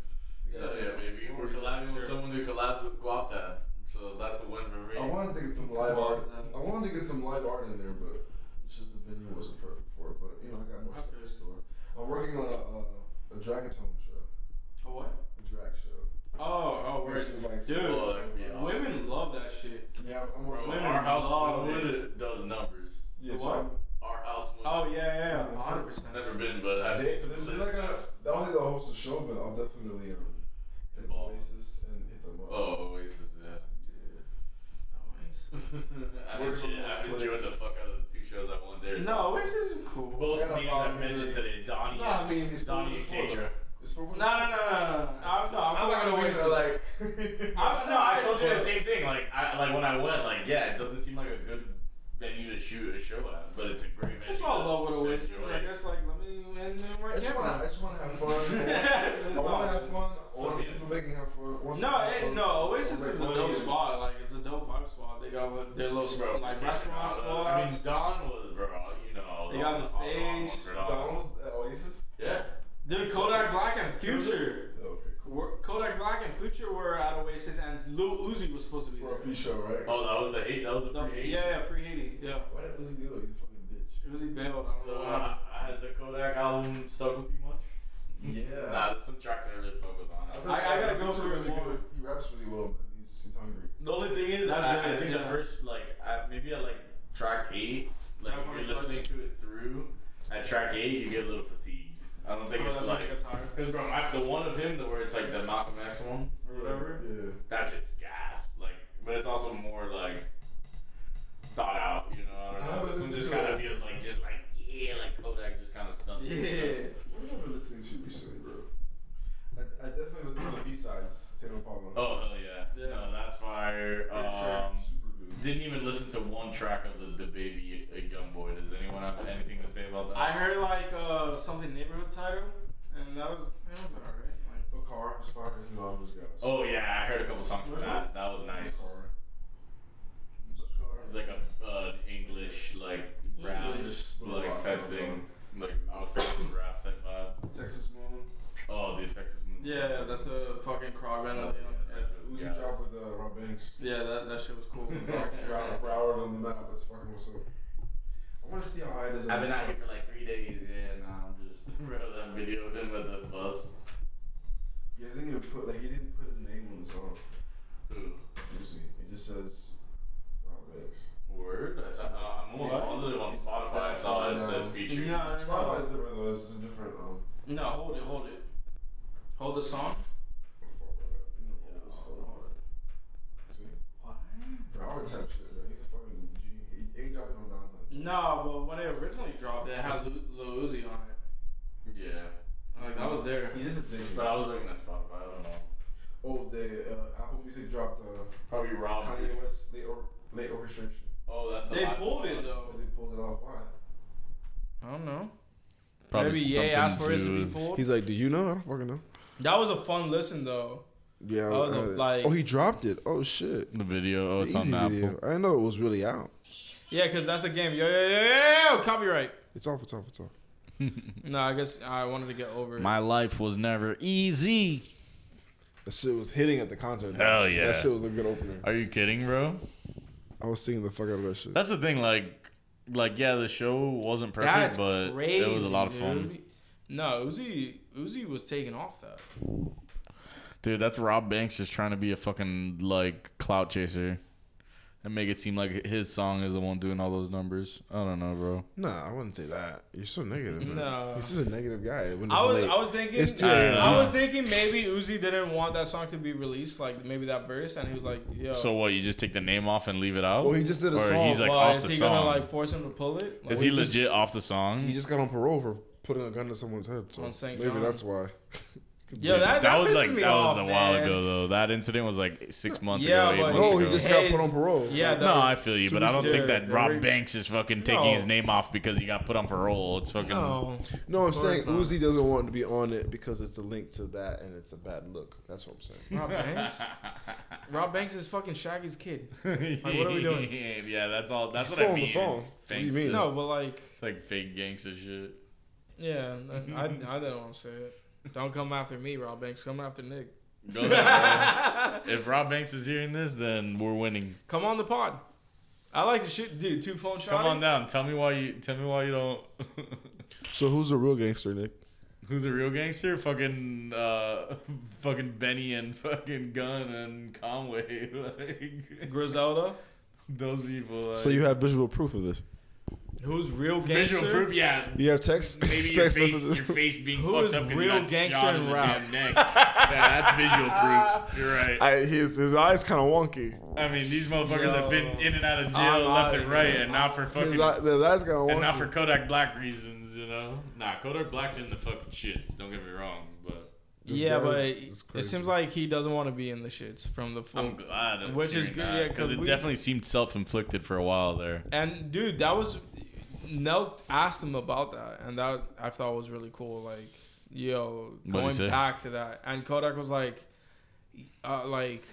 Yeah, yeah, maybe we're collabing with someone who collabed with Guapta, so that's a win for me.
I wanted to get some live art. I wanted to get some live art in there, but it's just the venue wasn't perfect for it. But, you know, I got more stuff in store. I'm working on a, uh, a Dragatone show,
A what?
a drag show.
Oh, oh,
Which
word.
is like-
Dude,
Oh, that'd be awesome.
Women love that shit.
Yeah, I'm
Bro,
working
Women
our house
love
would does numbers.
yeah, so
what?
I'm-
Our house would.
Oh, yeah, yeah, 100%.
I've never been, but I've
They,
seen
they're
some
not
clips.
gonna. I don't think they'll host the show, but I'll definitely um, hit the
Involved.
basis and hit them up.
Oh, Oasis, yeah. I've,
We're
enjoyed,
from
I've
those
enjoyed the
places.
fuck out of the two shows I went there.
No, this is cool.
both
We got a
names I
problem
mentioned
here.
today, Donnie.
No, I
and-
mean, it's
Donnie
for-
and
it's for
Katra.
them. It's for
No, no, no, no, no. I'm, no, I'm,
I'm not gonna wait
Oasis.
till like.
I'm,
No, I told you the
Oasis.
same thing. Like, I like when I went. Like, yeah, it doesn't seem like a good venue to shoot a show at, but it's a great venue.
It's all love
to-
with
to
a witch.
enjoy.
Like, it's like, let me end them
I
right
just wanna. I
now.
just wanna have fun. I wanna have fun. I wanna see
Yeah.
people making have fun. I wanna see
No,
people have
it,
fun.
no, Oasis
Like,
is a
what
dope
is it?
spot. Like, it's a dope vibe spot. They got what- their little
Bro,
like
fucking
restaurant
Canada.
spot.
I mean, Don was, bro, you know.
They got
Don
the
was on
stage.
for Don.
Donald's at Oasis.
Yeah.
Dude, Kodak Black and Future.
Oh, Okay, cool.
Were, Kodak Black and Future were at Oasis, and Lil Uzi was supposed to be
For a
there.
free show, right?
Oh, that was the hate. That was the
No,
free hate.
yeah, yeah, free Haiti. Yeah,
Why did Uzi do it? He's a fucking bitch.
Uzi bailed. I don't know
So,
why.
uh, has the Kodak album stuck with you much?
Yeah.
Nah, there's some tracks I really fuck with on it.
I- I gotta go
He's
through it
really
more.
good. He raps really well, man. He's he's hungry.
The only thing is,
That's
I, I
good,
think
yeah.
the first, like, I, maybe at like track eight, like
That's
when
when
you're
it starts.
listening to it through, at track eight, you get a little fatigued. I don't think
Oh,
it's
that's
like.
like a tire.
Because, bro, I, the one of him, the where it's like the Malcolm X one or whatever.
Yeah.
that shit's gas. Like, but it's also more like thought out. You know, I
I
don't know.
haven't
This one
listened
just
to
kind of
it.
feels like just like yeah, like Kodak just kind of stumped. it, you know?
Yeah.
What have I been listening to recently, bro? I, I definitely listen to B sides. Taylor Apollo.
Oh hell yeah.
Yeah.
No, that's fire.
For sure.
Um,
super good.
Didn't even listen to one track of the the baby a young boy. Does anyone have anything to say about that?
I heard like uh something neighborhood title, and that was that was alright. Like,
The car as far as you know, I was guys.
Oh yeah, I heard a couple songs from
Where's
that. That was nice.
Car.
It's like a uh, English like rap
English.
like type thing, like alternative rap type vibe.
Texas Moon.
Oh, dude, Texas. Moon.
yeah, yeah, that's the fucking crowd
Oh,
band.
yeah,
of-
that shit was
Uzi
gas.
drop with uh, Rob Banks.
Yeah, that that shit was cool. For sure.
Broward, Broward on the map. That's fucking what's up. I want to see how high it is. on
I've been
this
out here
chart.
for like three days, yeah, and now I'm just remember that video of him with the bus.
He hasn't even put like he didn't put his name on the song.
Who?
Usually, it just says Rob Banks.
Word? I saw, uh, I'm almost
What?
positive on Spotify. I
It's-
saw it
no.
said featured.
No, no, no.
Spotify is different though. This is a different um.
No, hold it, hold it. Hold the song.
See?
What?
Broward type shit, man. He's a fucking G. He ain't dropping on Valentine's.
No, but when it originally dropped, it had Lil, Lil Uzi on it.
Yeah.
Oh, uh,
Robbie Rob.
Kanye West late, or- late orchestration.
Oh, that's the
They
hot-
pulled it though.
But they pulled it off. Why?
I don't know. Maybe Ye asked for it to be pulled.
He's like, do you know? I don't fucking know.
That was a fun listen though.
Yeah.
Oh,
I
the,
had it.
like-
oh, he dropped it. Oh shit.
The video. Oh, it's
Easy
on Apple.
video. I didn't know it was really out.
Yeah, cause that's the game. Yo yo yo yo, yo copyright.
It's off. It's off. It's off.
No, I guess I wanted to get over it.
My life was never easy.
That shit was hitting at the concert. though.
Hell yeah.
That shit was a good opener.
Are you kidding, bro?
I was singing the fuck out of that shit.
That's the thing. Like, like yeah, the show wasn't perfect,
That's
but
crazy.
it was a lot of fun.
dude. No, Uzi Uzi was taking off that.
Dude, that's Rob Banks just trying to be a fucking like clout chaser. And make it seem like his song is the one doing all those numbers. I don't know, bro.
nah, I wouldn't say that. You're so negative. Man.
No.
He's just a negative guy. When it's
I was
late.
I was thinking
It's too
I don't
late.
know.
I was thinking maybe Uzi didn't want that song to be released, like maybe that verse, and he was like, "Yo,
So what? You just take the name off and leave it out?
Well, he just did a
or
song.
he's like
well,
off
is
the
he
song.
gonna like force him to pull it?" Like,
is he
Well, he just-
legit off the song?
He just got on parole for putting a gun to someone's head. So
On St.
maybe
John.
that's why.
Yo, that, that,
was
pisses
like
me
that
off,
was a while
man.
ago though. That incident was like six months
Yeah,
ago, eight
but-
months
No, Oh, he
ago.
just got
Hayes-
put on parole.
Yeah, the,
no, I feel you, but I don't think
Tuesday,
that
the
Rob
re-
Banks is fucking taking his
No.
name off because he got put on parole. It's fucking
no.
No, I'm
Of
saying
course
Uzi doesn't want to be on it because it's a link to that and it's a bad look. That's what I'm saying.
Rob Banks. Rob Banks is fucking Shaggy's kid. Like, what are we doing?
yeah, that's all. That's
He's
what
still
I
on
mean.
the song.
It's
What do you
gangsta.
mean?
No, but like,
It's like fake gangster shit.
yeah, I, I, I didn't want to say it. Don't come after me, Rob Banks. Come after Nick. uh,
Go ahead, bro. if Rob Banks is hearing this, then we're winning.
Come on the pod. I like to shoot, dude. Two phone shot.
Come on down. Tell me why you. Tell me why you don't.
So who's a real gangster, Nick?
Who's a real gangster? Fucking, uh, fucking Benny and fucking Gunn and Conway, like
Griselda,
those people. Like,
So you have visual proof of this.
who's real gangster?
visual proof, yeah.
You have text,
Maybe your
text
face,
messages.
your face being
Who
fucked
is
up 'cause you
real
got
gangster
shot in
and
the
rap?
damn neck. yeah, that's visual proof. You're right.
I, his his eyes kind of wonky.
I mean, these motherfuckers have been
Yo.
in and out of jail
I'm
left
outta
and right,
here.
and not for
His,
fucking,
eye- his eyes kind of wonky.
and not for Kodak Black reasons, you know. Nah, Kodak Black's in the fucking shits. Don't get me wrong, but
This
yeah,
guy
but
is
it
crazy.
seems like he doesn't want to be in the shits from the full.
I'm glad. I'm
Which is
hearing
good,
that,
yeah, 'cause
because it
we-
definitely seemed self-inflicted for a while there.
And dude, that was Nelk asked him about that, and that I thought was really cool. Like, yo,
he
going
say?
back to that, and Kodak was like, uh, like,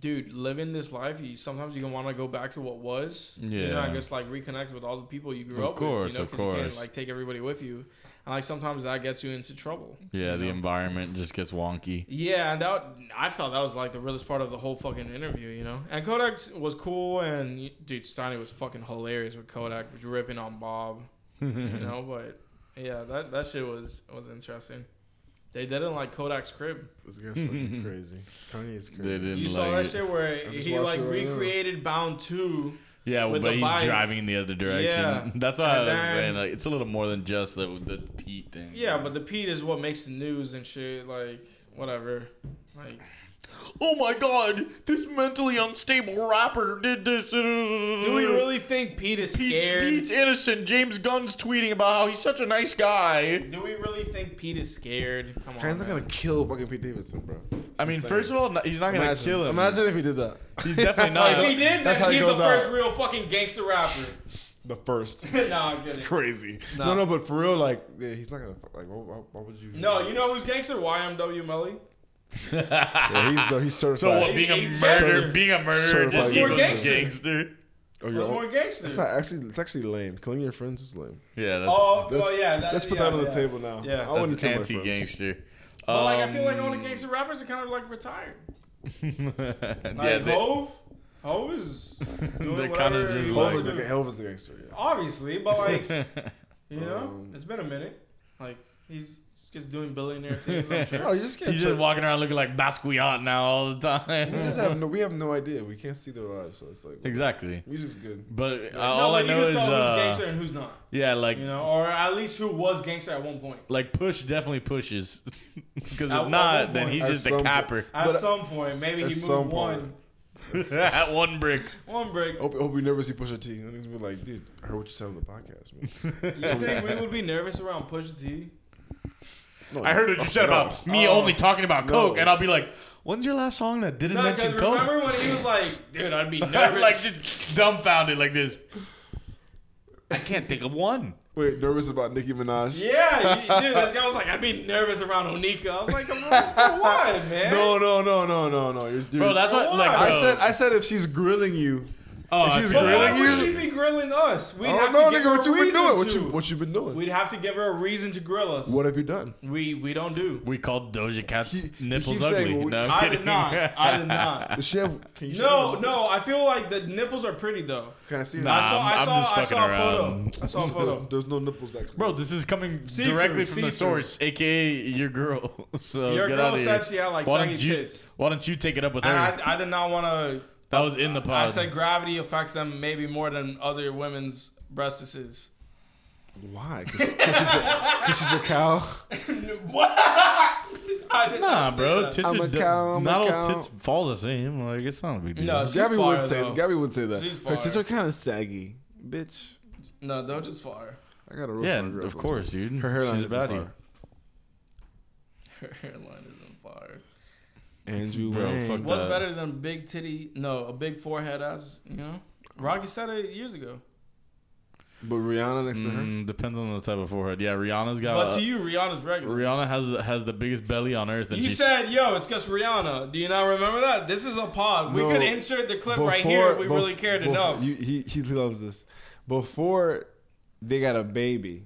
dude, living this life, you sometimes you want to go back to what was. you know,
Yeah.
and just like reconnect with all the people you grew
Of
up
course,
with. You know,
of
'cause you
course.
can't like take everybody with you, and like sometimes that gets you into trouble.
Yeah,
you
the
know?
environment just gets wonky.
Yeah, and that I thought that was like the realest part of the whole fucking interview, you know. And Kodak was cool, and dude, Steiny was fucking hilarious with Kodak ripping on Bob, you
Mm-hmm.
know. But yeah, that that shit was was interesting. They didn't like Kodak's crib.
This guy's fucking crazy. Kanye is crazy.
They didn't
You
like
saw that
it.
shit where
I'm just
he like
watching right now.
recreated Bound Two.
Yeah,
with
but
the
he's
bike.
driving in the other direction.
Yeah.
That's why I was
And then-
saying like it's a little more than just the the Pete thing.
Yeah, but the Pete is what makes the news and shit. Like whatever. Like
Oh my god, this mentally unstable rapper did this.
do
Mm.
we really think Pete is
Pete's,
scared?
Pete's innocent. James Gunn's tweeting about how he's such a nice guy.
Do we really think Pete is scared? Come on.
Kanye's not
man.
gonna kill fucking Pete Davidson, bro.
I mean, first of all, no- he's not gonna
imagine,
kill him.
Imagine if he did that.
He's definitely
Like,
not.
if he did,
That's how
then
he
he's the
goes out.
first real fucking gangster rapper.
the first.
nah, I'm kidding.
Crazy.
Nah.
No, no, but for real, like, yeah, he's not gonna fuck- like. Why, why- why would you?
No, you know who's gangster? YMW Melly.
Yeah, he's the, he's
so
certified.
what? Being a
He's
murderer,
certified-
being a murderer
certified
just
More
equals
gangster.
gangster.
oh,
Who's
you're all-
more gangster?
It's not actually. It's actually lame. Killing your friends is lame.
Yeah, that's
oh,
Let's-
well, yeah. That,
let's put
yeah,
that on the
yeah.
table now.
Yeah.
I wouldn't
that's
kill my friends.
anti-gangster. Um,
But like, I feel like all the
Um,
gangster rappers are kind of like retired. Like,
yeah, they,
Hove, Hove is doing
They're
They're
kinda
whatever.
just
he
like-
Elvis, is
wants to
a-
do.
Elvis is a gangster. Yeah.
Obviously, but like, you know,
Um,
it's been a minute. Like, he's just doing billionaire things. I'm sure.
No, you just can't.
he's just walking around looking like Basquiat now all the time.
we just have no. We have no idea. We can't see their lives, so it's like
exactly.
music's good.
But uh,
No,
all
but
I know
you can
is,
tell
uh,
who's gangster and who's not.
yeah, like
You know, or at least who was gangster at one point.
like push definitely pushes because
At
if
one
not then
point.
he's
At
just a
some
capper
At
But-
some point, maybe he
At
moved
some point, Oh,
one
at one brick
one break.
hope, hope we never see Pusha T. And he's be like, dude, I heard what you said on the podcast, man.
You think we would be nervous around Pusha T?
I heard what you said about
Oh,
me only talking about Coke, and I'll be like, when's your last song that didn't
No,
mention
because
Coke?
remember when he was like,
Dude, I'd be nervous. like just dumbfounded like this. I can't think of one.
Wait, nervous about Nicki Minaj?
yeah, you, dude, this guy was like, I'd be nervous around Onika. I was like, I'm like, for what, man?
No, no, no, no, no, no. You're,
Bro, that's what like
I
bro.
said. I said if she's grilling you.
oh,
if she's
I
But
forgot.
grilling
why would
you?
she be grilling us? We'd
I
have
don't know,
to give
nigga.
her
What
a
you been
reason
doing? What
to.
you what you been doing?
We'd have to give her a reason to grill us.
what have you done?
We we don't do.
We called Doja Cat's
He- he
nipples
keeps
ugly.
saying,
no, I'm
I
kidding.
did not. I did not.
Does she have? Can you show
No,
me?
no. I feel like the nipples are pretty though.
Can I see
Nah,
that?
I saw.
I'm-
I
I'm
saw.
just
I saw
fucking
a photo.
around.
I saw a photo.
There's no nipples actually.
Bro, this is coming
See-through,
directly from the
see-through.
source, aka your girl. So
Your
get
girl
out of
said
here.
she had like
why
saggy
don't you?
tits.
Why don't you take it up with her?
And I, I did not want to.
that was in the
Um,
pod.
I said gravity affects them maybe more than other women's breastises.
why? Because she's, a- 'cause she's a cow.
what? I did
nah,
not say
bro.
that.
Tits
I'm
are
a
d-
cow, I'm a
not all
cow.
tits fall the same. Like it's not a big deal.
No, she's
Gabby
fire,
would say.
though.
Gabby would say that.
She's
Her tits
fire.
are kind of saggy, bitch.
No, don't just fire.
I gotta roast
yeah,
my girl
of
sometime.
course, dude.
Her hairline
She's
is
about
on
you.
fire.
Her hairline is on fire.
Andrew,
Bro,
Wang.
fuck
What's
that.
better than big titty? No, a big forehead ass. You know, Rocky said it years ago.
But Rihanna next to her.
Mm, depends on the type of forehead. Yeah, Rihanna's got.
But
a-
to you, Rihanna's regular.
Rihanna has has the biggest belly on earth, and
You
she's
said, "Yo, it's just Rihanna." Do you not remember that? This is a pod. we
No,
could insert the clip right here if we
bef-
really cared
bef-
enough.
You, he he loves this. Before they got a baby.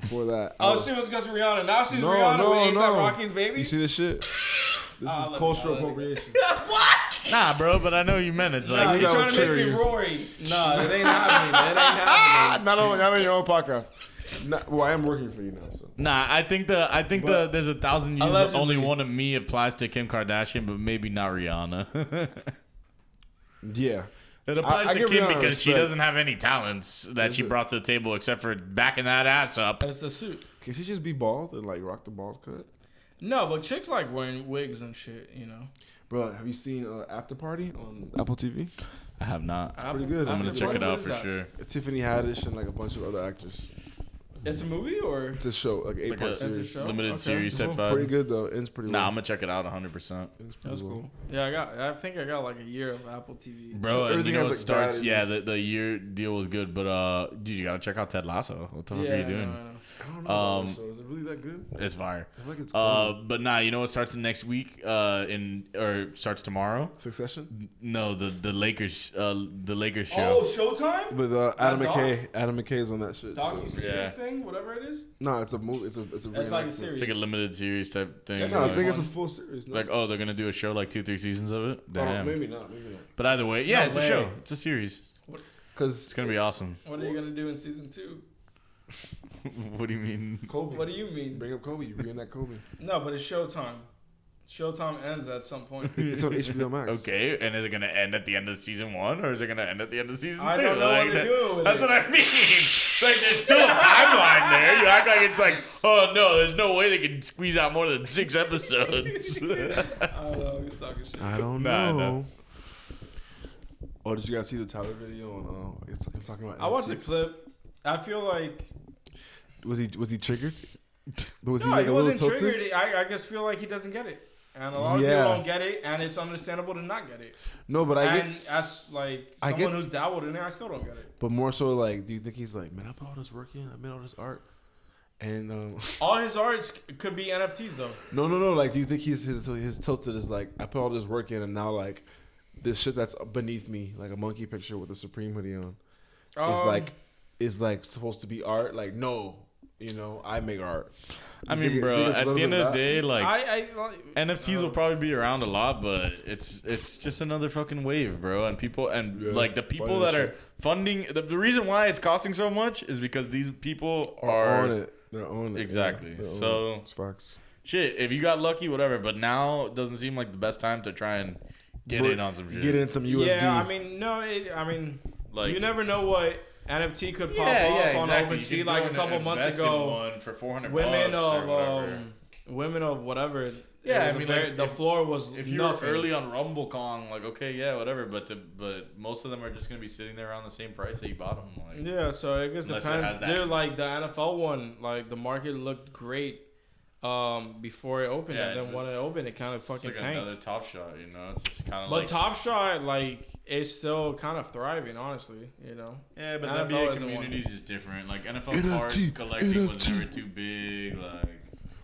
Before that. I
oh,
was-
she was just Rihanna. Now she's
No,
Rihanna
no,
with ASAP
no.
Rocky's baby.
You see this shit? This
Ah, let
is
me-
cultural
I'll let me-
appropriation.
nah, bro. But I know what you meant it's
nah,
like
you
got
trying to make me
curious.
Rory? Nah, it ain't happening. It ain't happening.
not on not on your own podcast. Not- well, I am working for you now, so.
nah. I think the I think the there's a thousand years
Allegedly.
only one of me applies to Kim Kardashian, but maybe not Rihanna.
Yeah.
it applies
I- I
to
give
Kim
Rihanna
because she
respect.
doesn't have any talents that she
it.
brought to the table except for backing that ass up.
It's the suit.
Can she just be bald and like rock the bald cut?
No, but chicks like wearing wigs and shit. You know.
Bro, have you seen uh, After Party on Apple TV?
I have not.
Apple-
good. I'm
I'm gonna
Apple
check
Party,
it
what
out
is
for
that?
sure.
Tiffany Haddish and like a bunch of other actors.
It's a movie or
It's a show, like eight
Like
part
a-
That's a
series.
show?
Limited
Okay.
series type
Cool.
Pretty
vibe.
good though. It's pretty.
Nah,
low.
I'm gonna check it out 100. percent
It's pretty
That's
low.
cool. Yeah, I got. I think I got like a year of Apple TV.
Bro, and
Everything
you
has,
know it
like,
starts.
bad
Yeah,
news.
the, the year deal was good, but uh, dude, you gotta check out Ted Lasso. What the fuck
yeah,
are you doing?
no, no, no.
I don't know. about
Um,
that show. Is it really that good?
It's fire.
I feel like it's
Uh,
Um,
cool.
but nah, you know what starts next week? Uh, in or starts tomorrow?
Succession
No, the the Lakers, uh, the Lakers
Oh,
show.
Showtime.
with uh, Adam
doc-
McKay. Adam Mckay is on that shit.
Docu
So.
series
Yeah.
thing, whatever it is.
No, it's a movie. It's a it's a.
That's like a
reenactment.
series.
it's like a limited series type thing.
That's
No, I
like,
think it's a
One.
full series. No.
like, oh, they're gonna do a show like two, three seasons of it.
Oh,
Damn.
maybe not. Maybe not.
but either way, yeah,
No
it's
way.
a show. It's a series.
Because
It's gonna be awesome.
What are you gonna do in season two?
what do you mean?
Kobe.
What do you mean?
Bring up Kobe. You reenact Kobe.
No, but it's Showtime. Showtime ends at some point.
It's on HBO Max.
Okay, and is it gonna end at the end of season one, or is it gonna end at the end of season
I
two?
don't know what
Like,
they're
that-
doing with
That's
it.
what I mean. Like, there's still a timeline there. You act like it's like, oh no, there's no way they can squeeze out more than six episodes.
I don't know. He's talking shit.
Ah,
I don't
Nah,
know.
no.
Oh, did you guys see the Tyler video? On uh, it's- it's talking about.
I watched the
NFTs?
clip. I feel like
Was he was he triggered? Was
no,
he like
he
a little
wasn't
tilted?
triggered. I, I just feel like he doesn't get it, and a lot of
Yeah.
people don't get it, and it's understandable to not get it.
No, but I get.
and as like
I
someone
get-
who's dabbled in it, I still don't get it.
But more so, like, do you think he's like, man, I put all this work in, I made all this art, and um,
All his arts c- could be NFTs though.
no, no, no, like, do you think he's his his tilted is like, I put all this work in, and now like, this shit that's beneath me, like a monkey picture with a Supreme hoodie on, is
Um,
like, is like supposed to be art? Like, no, you know, I make art.
I
You
mean,
think it-
bro,
think it's
at
a
the
little
end
bit
of the
that?
day, like
I, I like,
NFTs will
um,
probably be around a lot, but it's it's just another fucking wave, bro. And people and
Yeah,
like the
funny
people that
that
are
shit.
funding the, the reason why it's costing so much is because these people
Are on
are
it. They're on it. yeah,
Exactly.
they're on
So-
it. it's Fox.
shit. If you got lucky, whatever. But now it doesn't seem like the best time to try and get
Bro,
in on some shit.
Get in some USD.
Yeah, I mean, no, it, I mean,
Like
you never know what NFT could pop off on
You
OpenSea.
could
Like
go
a
and
couple months
invest in
ago,
one for four hundred
women of
whatever.
um, women of whatever. it
Yeah, I
was a
mean,
very-
like,
the
if-
floor was
if you
nothing.
were early on Rumble Kong, like okay, yeah, whatever. But to, but most of them are just gonna be sitting there around the same price that you bought them. Like,
Yeah, so I guess
Unless it
depends.
has that.
Dude, like the NFL one, like the market looked great um, before it opened.
Yeah,
and then
it-
when it opened, it kind of
It's
fucking
like
tanked.
another Top Shot, you know. It's just kind of
but
like
Top Shot, like, is still kind of thriving, honestly. You know,
yeah, but
NFL
the NBA
isn't one.
communities is different. Like NFL
NFT,
card collecting was
NFT.
never too big. Like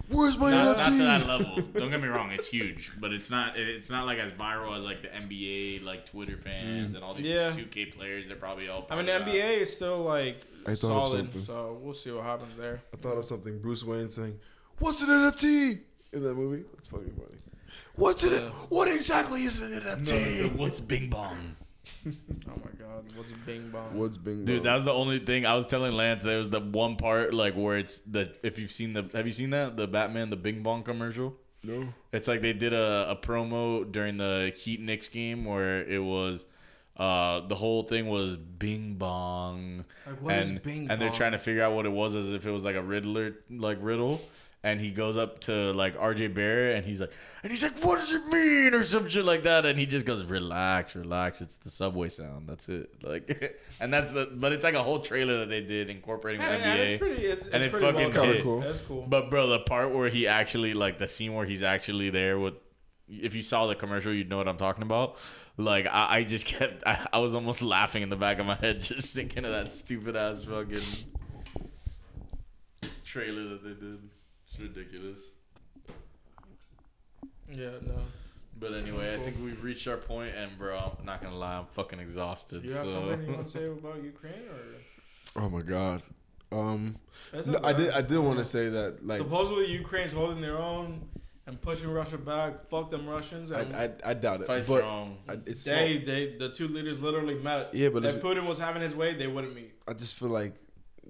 Where's my
not, not to that
NFT?
level. Don't get me wrong, it's huge, but it's not. It's not like as viral as like the NBA, like Twitter fans and all these
Yeah.
2K players. They're probably uh, all.
I mean, the
part of that.
NBA is still like
I thought of
solid,
something.
so we'll see what happens there.
I thought of something. Bruce Wayne saying, "What's an NFT?" in that movie. It's fucking funny. What's it?
Yeah.
What exactly is an NFT?
What's Bing Bong?
Oh my God, what's Bing Bong?
What's Bing?
Dude, that
Bong?
was the only thing I was telling Lance. There was the one part like where it's the if you've seen the have you seen that the Batman the Bing Bong commercial?
no.
It's like they did a, a promo during the Heat Knicks game where it was uh the whole thing was Bing Bong.
Like, what is
and,
Bing
and they're
Bong?
trying to figure out what it was as if it was like a Riddler like riddle. And he goes up to like RJ Barrett and he's like and he's like, What does it mean? or some shit like that. And he just goes, Relax, relax, it's the subway sound. That's it. Like and that's the but it's like a whole trailer that they did incorporating
Yeah,
the
yeah,
NBA.
it's pretty, it's, it's
and it
pretty
fucking
well done.
hit. cool.
That's cool.
But bro, the part where he actually like the scene where he's actually there with, if you saw the commercial, you'd know what I'm talking about. Like I, I just kept, I, I was almost laughing in the back of my head just thinking of that stupid ass fucking trailer that they did. It's ridiculous.
yeah, no.
But anyway, I think we've reached our point, and bro, I'm not gonna lie, I'm fucking exhausted.
You have
so.
something you want to say about Ukraine or?
Oh my god. Um,
That's
no,
not
I
bad.
did. I did want to say that. Like,
Supposedly Ukraine's holding their own and pushing Russia back. Fuck them Russians.
I,
And
I, I doubt it.
Fight
but
strong.
I, it's small.
they, they, the two leaders literally met.
Yeah, but
if
it's-
Putin was having his way, they wouldn't meet.
I just feel like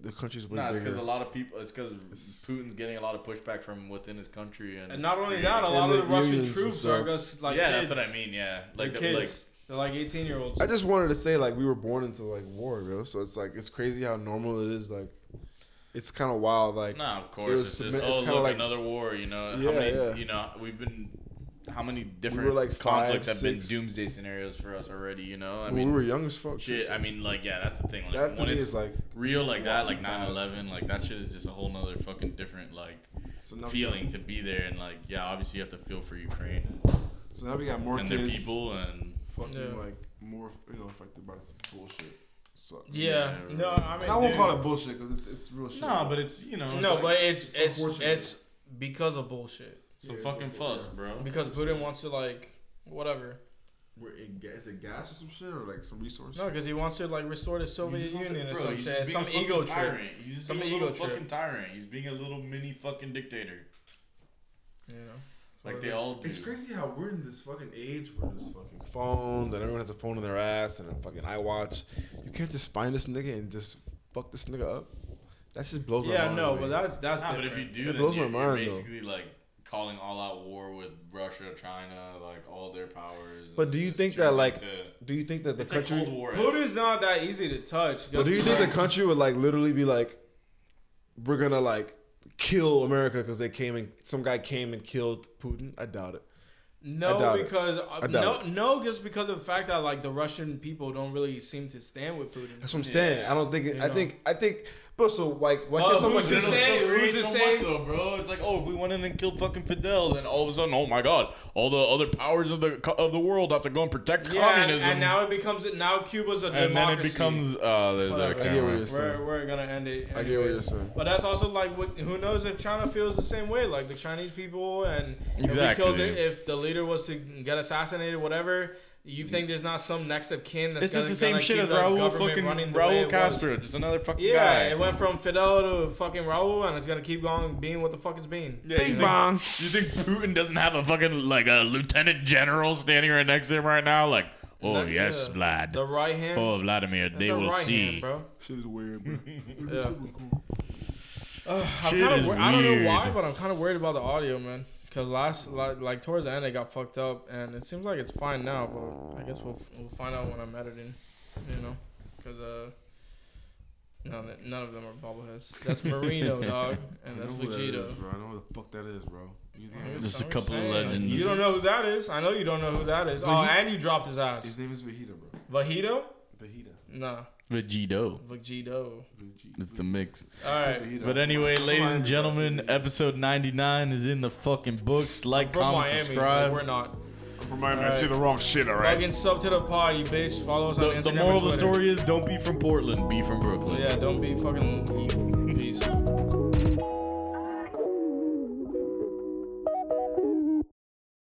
the country's way
Nah, it's because
bigger.
a lot of people. It's because
It's-
Putin's getting a lot of pushback from within his country, and,
And
it's
not only
creating-
that, a
And
lot
the
of the Russian
unions and
troops are
stuff.
just like
yeah,
kids.
that's what I mean. Yeah,
Like
like
the
the,
kids.
like
They're like 18 year olds.
I just wanted to say like we were born into like war, bro. So it's like it's crazy how normal it is. Like, it's kind of wild. Like,
No, of course.
It was
it's just,
submit- it's
oh,
kinda
look,
like-
another war. You know,
Yeah,
how many?
yeah.
You know, we've been. How many different
like,
conflicts
five,
have been
six.
doomsday scenarios for us already? You know, I
when we
mean,
were young as fuck.
shit.
so-
I mean, like, yeah, that's the thing. Like,
that to
when
me
it's
is like
real like that, like 9/11, like that shit is just a whole nother fucking different like
so now,
feeling to be there and like, yeah, obviously you have to feel for Ukraine
So now we got more
and their
kids
people and
fucking
Yeah.
like more you know affected by some bullshit. So
yeah.
Yeah,
No, I mean
And I won't
dude.
call it bullshit because it's it's real shit.
no, but it's you know
No, but it's it's it's,
unfortunate.
because of bullshit.
some fucking fuss, bro.
Because Putin wants to like whatever.
Where it, ga- is it gas or some shit or like some resource?
No, because he wants to like restore the
You
Soviet
just want to-
Union or
bro,
some
he's just
shit.
being a
Some
fucking
ego trip.
tyrant. He's just
Some
being a
ego
little
trip.
fucking tyrant. He's being a little mini fucking dictator.
You know.
Like they all do.
It's crazy how we're in this fucking age where there's fucking phones and everyone has a phone in their ass and a fucking iWatch. You can't just find this nigga and just fuck this nigga up. That just blows my
Yeah,
mind.
no,
man.
but that's that's
Nah, but
different.
if you do,
It
then
blows my
you're,
mind,
you're
though.
basically like calling all out war with Russia, China, like all their powers.
But
and
do you
just
think
turns
that, like,
into-
do you think that the
it's like
country?
Cold War?
Putin's not that easy to touch.
but do you think the country would like literally be like, we're gonna like kill America because they came and some guy came and killed Putin? I doubt it. I
no
doubt it.
because
I
uh, no
doubt
no just because of the fact that like the Russian people don't really seem to stand with Putin.
That's what I'm saying. I don't think. It,
You
I
know.
think. I think. But so like, why
Well,
Oh,
can't someone
who's to
just
say-
say?
saying- who's to
so
say-
much though, bro. It's like, oh, if we went in and killed fucking Fidel, then all of a sudden, oh my god, all the other powers of the co- of the world have to go and protect
Yeah, and-
communism.
and now it becomes now Cuba's a
And then
democracy.
it becomes uh, there's
Whatever. I
a
get what
camera.
you're
We're,
saying.
we're gonna end it.
I get what you're
anyways.
saying.
But that's also like what, who knows if China feels the same way, like the Chinese people, and
Exactly.
if, we killed it, if the leader was to get assassinated, whatever. You think there's not some next of kin that's
This
gonna,
is the same
gonna
shit
keep
as
the
Raul
government
fucking
running the way
Raul
it was?
Castro, just another fucking
Yeah,
guy.
it went from Fidel to fucking Raul, and it's gonna keep going being what the fuck it's been.
Yeah, you think-
Bong.
You think Putin doesn't have a fucking like a lieutenant general standing right next to him right now? Like, oh
Not-
yes,
yeah.
Vlad.
The right hand.
Oh, Vladimir,
That's
they
the
will
right
see.
hand, bro.
Shit is weird, bro.
Yeah. I'm
Shit
kinda
is
wor- I don't know why,
weird.
but I'm kind of worried about the audio, man. Cause last like, like towards the end it got fucked up, and it seems like it's fine now. But I guess we'll we'll find out when I'm editing, you know, cause uh. None, none of them are bobbleheads. That's Marino, dog, and that's
I know who that
Vegito.
is, bro. I know who the fuck that is, bro. You think I know-
Just a
I'm
couple of
saying,
legends.
You don't know who that is. I know you don't know who that is.
But
Oh,
he-
and you dropped his ass.
His name is Vegeta, bro.
Vegito?
Vegeta.
Nah,
Vegito.
Vegito.
It's the mix.
All right.
But anyway, ladies and gentlemen, episode 99 is in the fucking books. Like,
From
comment,
Miami, but
subscribe.
we're not.
From Miami, I see the wrong shit, all right?
Fucking sub to the pod, you bitch. Follow us on
The,
Instagram.
the moral
and
of the
Twitter.
story is don't be from Portland, be from Brooklyn.
Yeah, don't be fucking. Peace.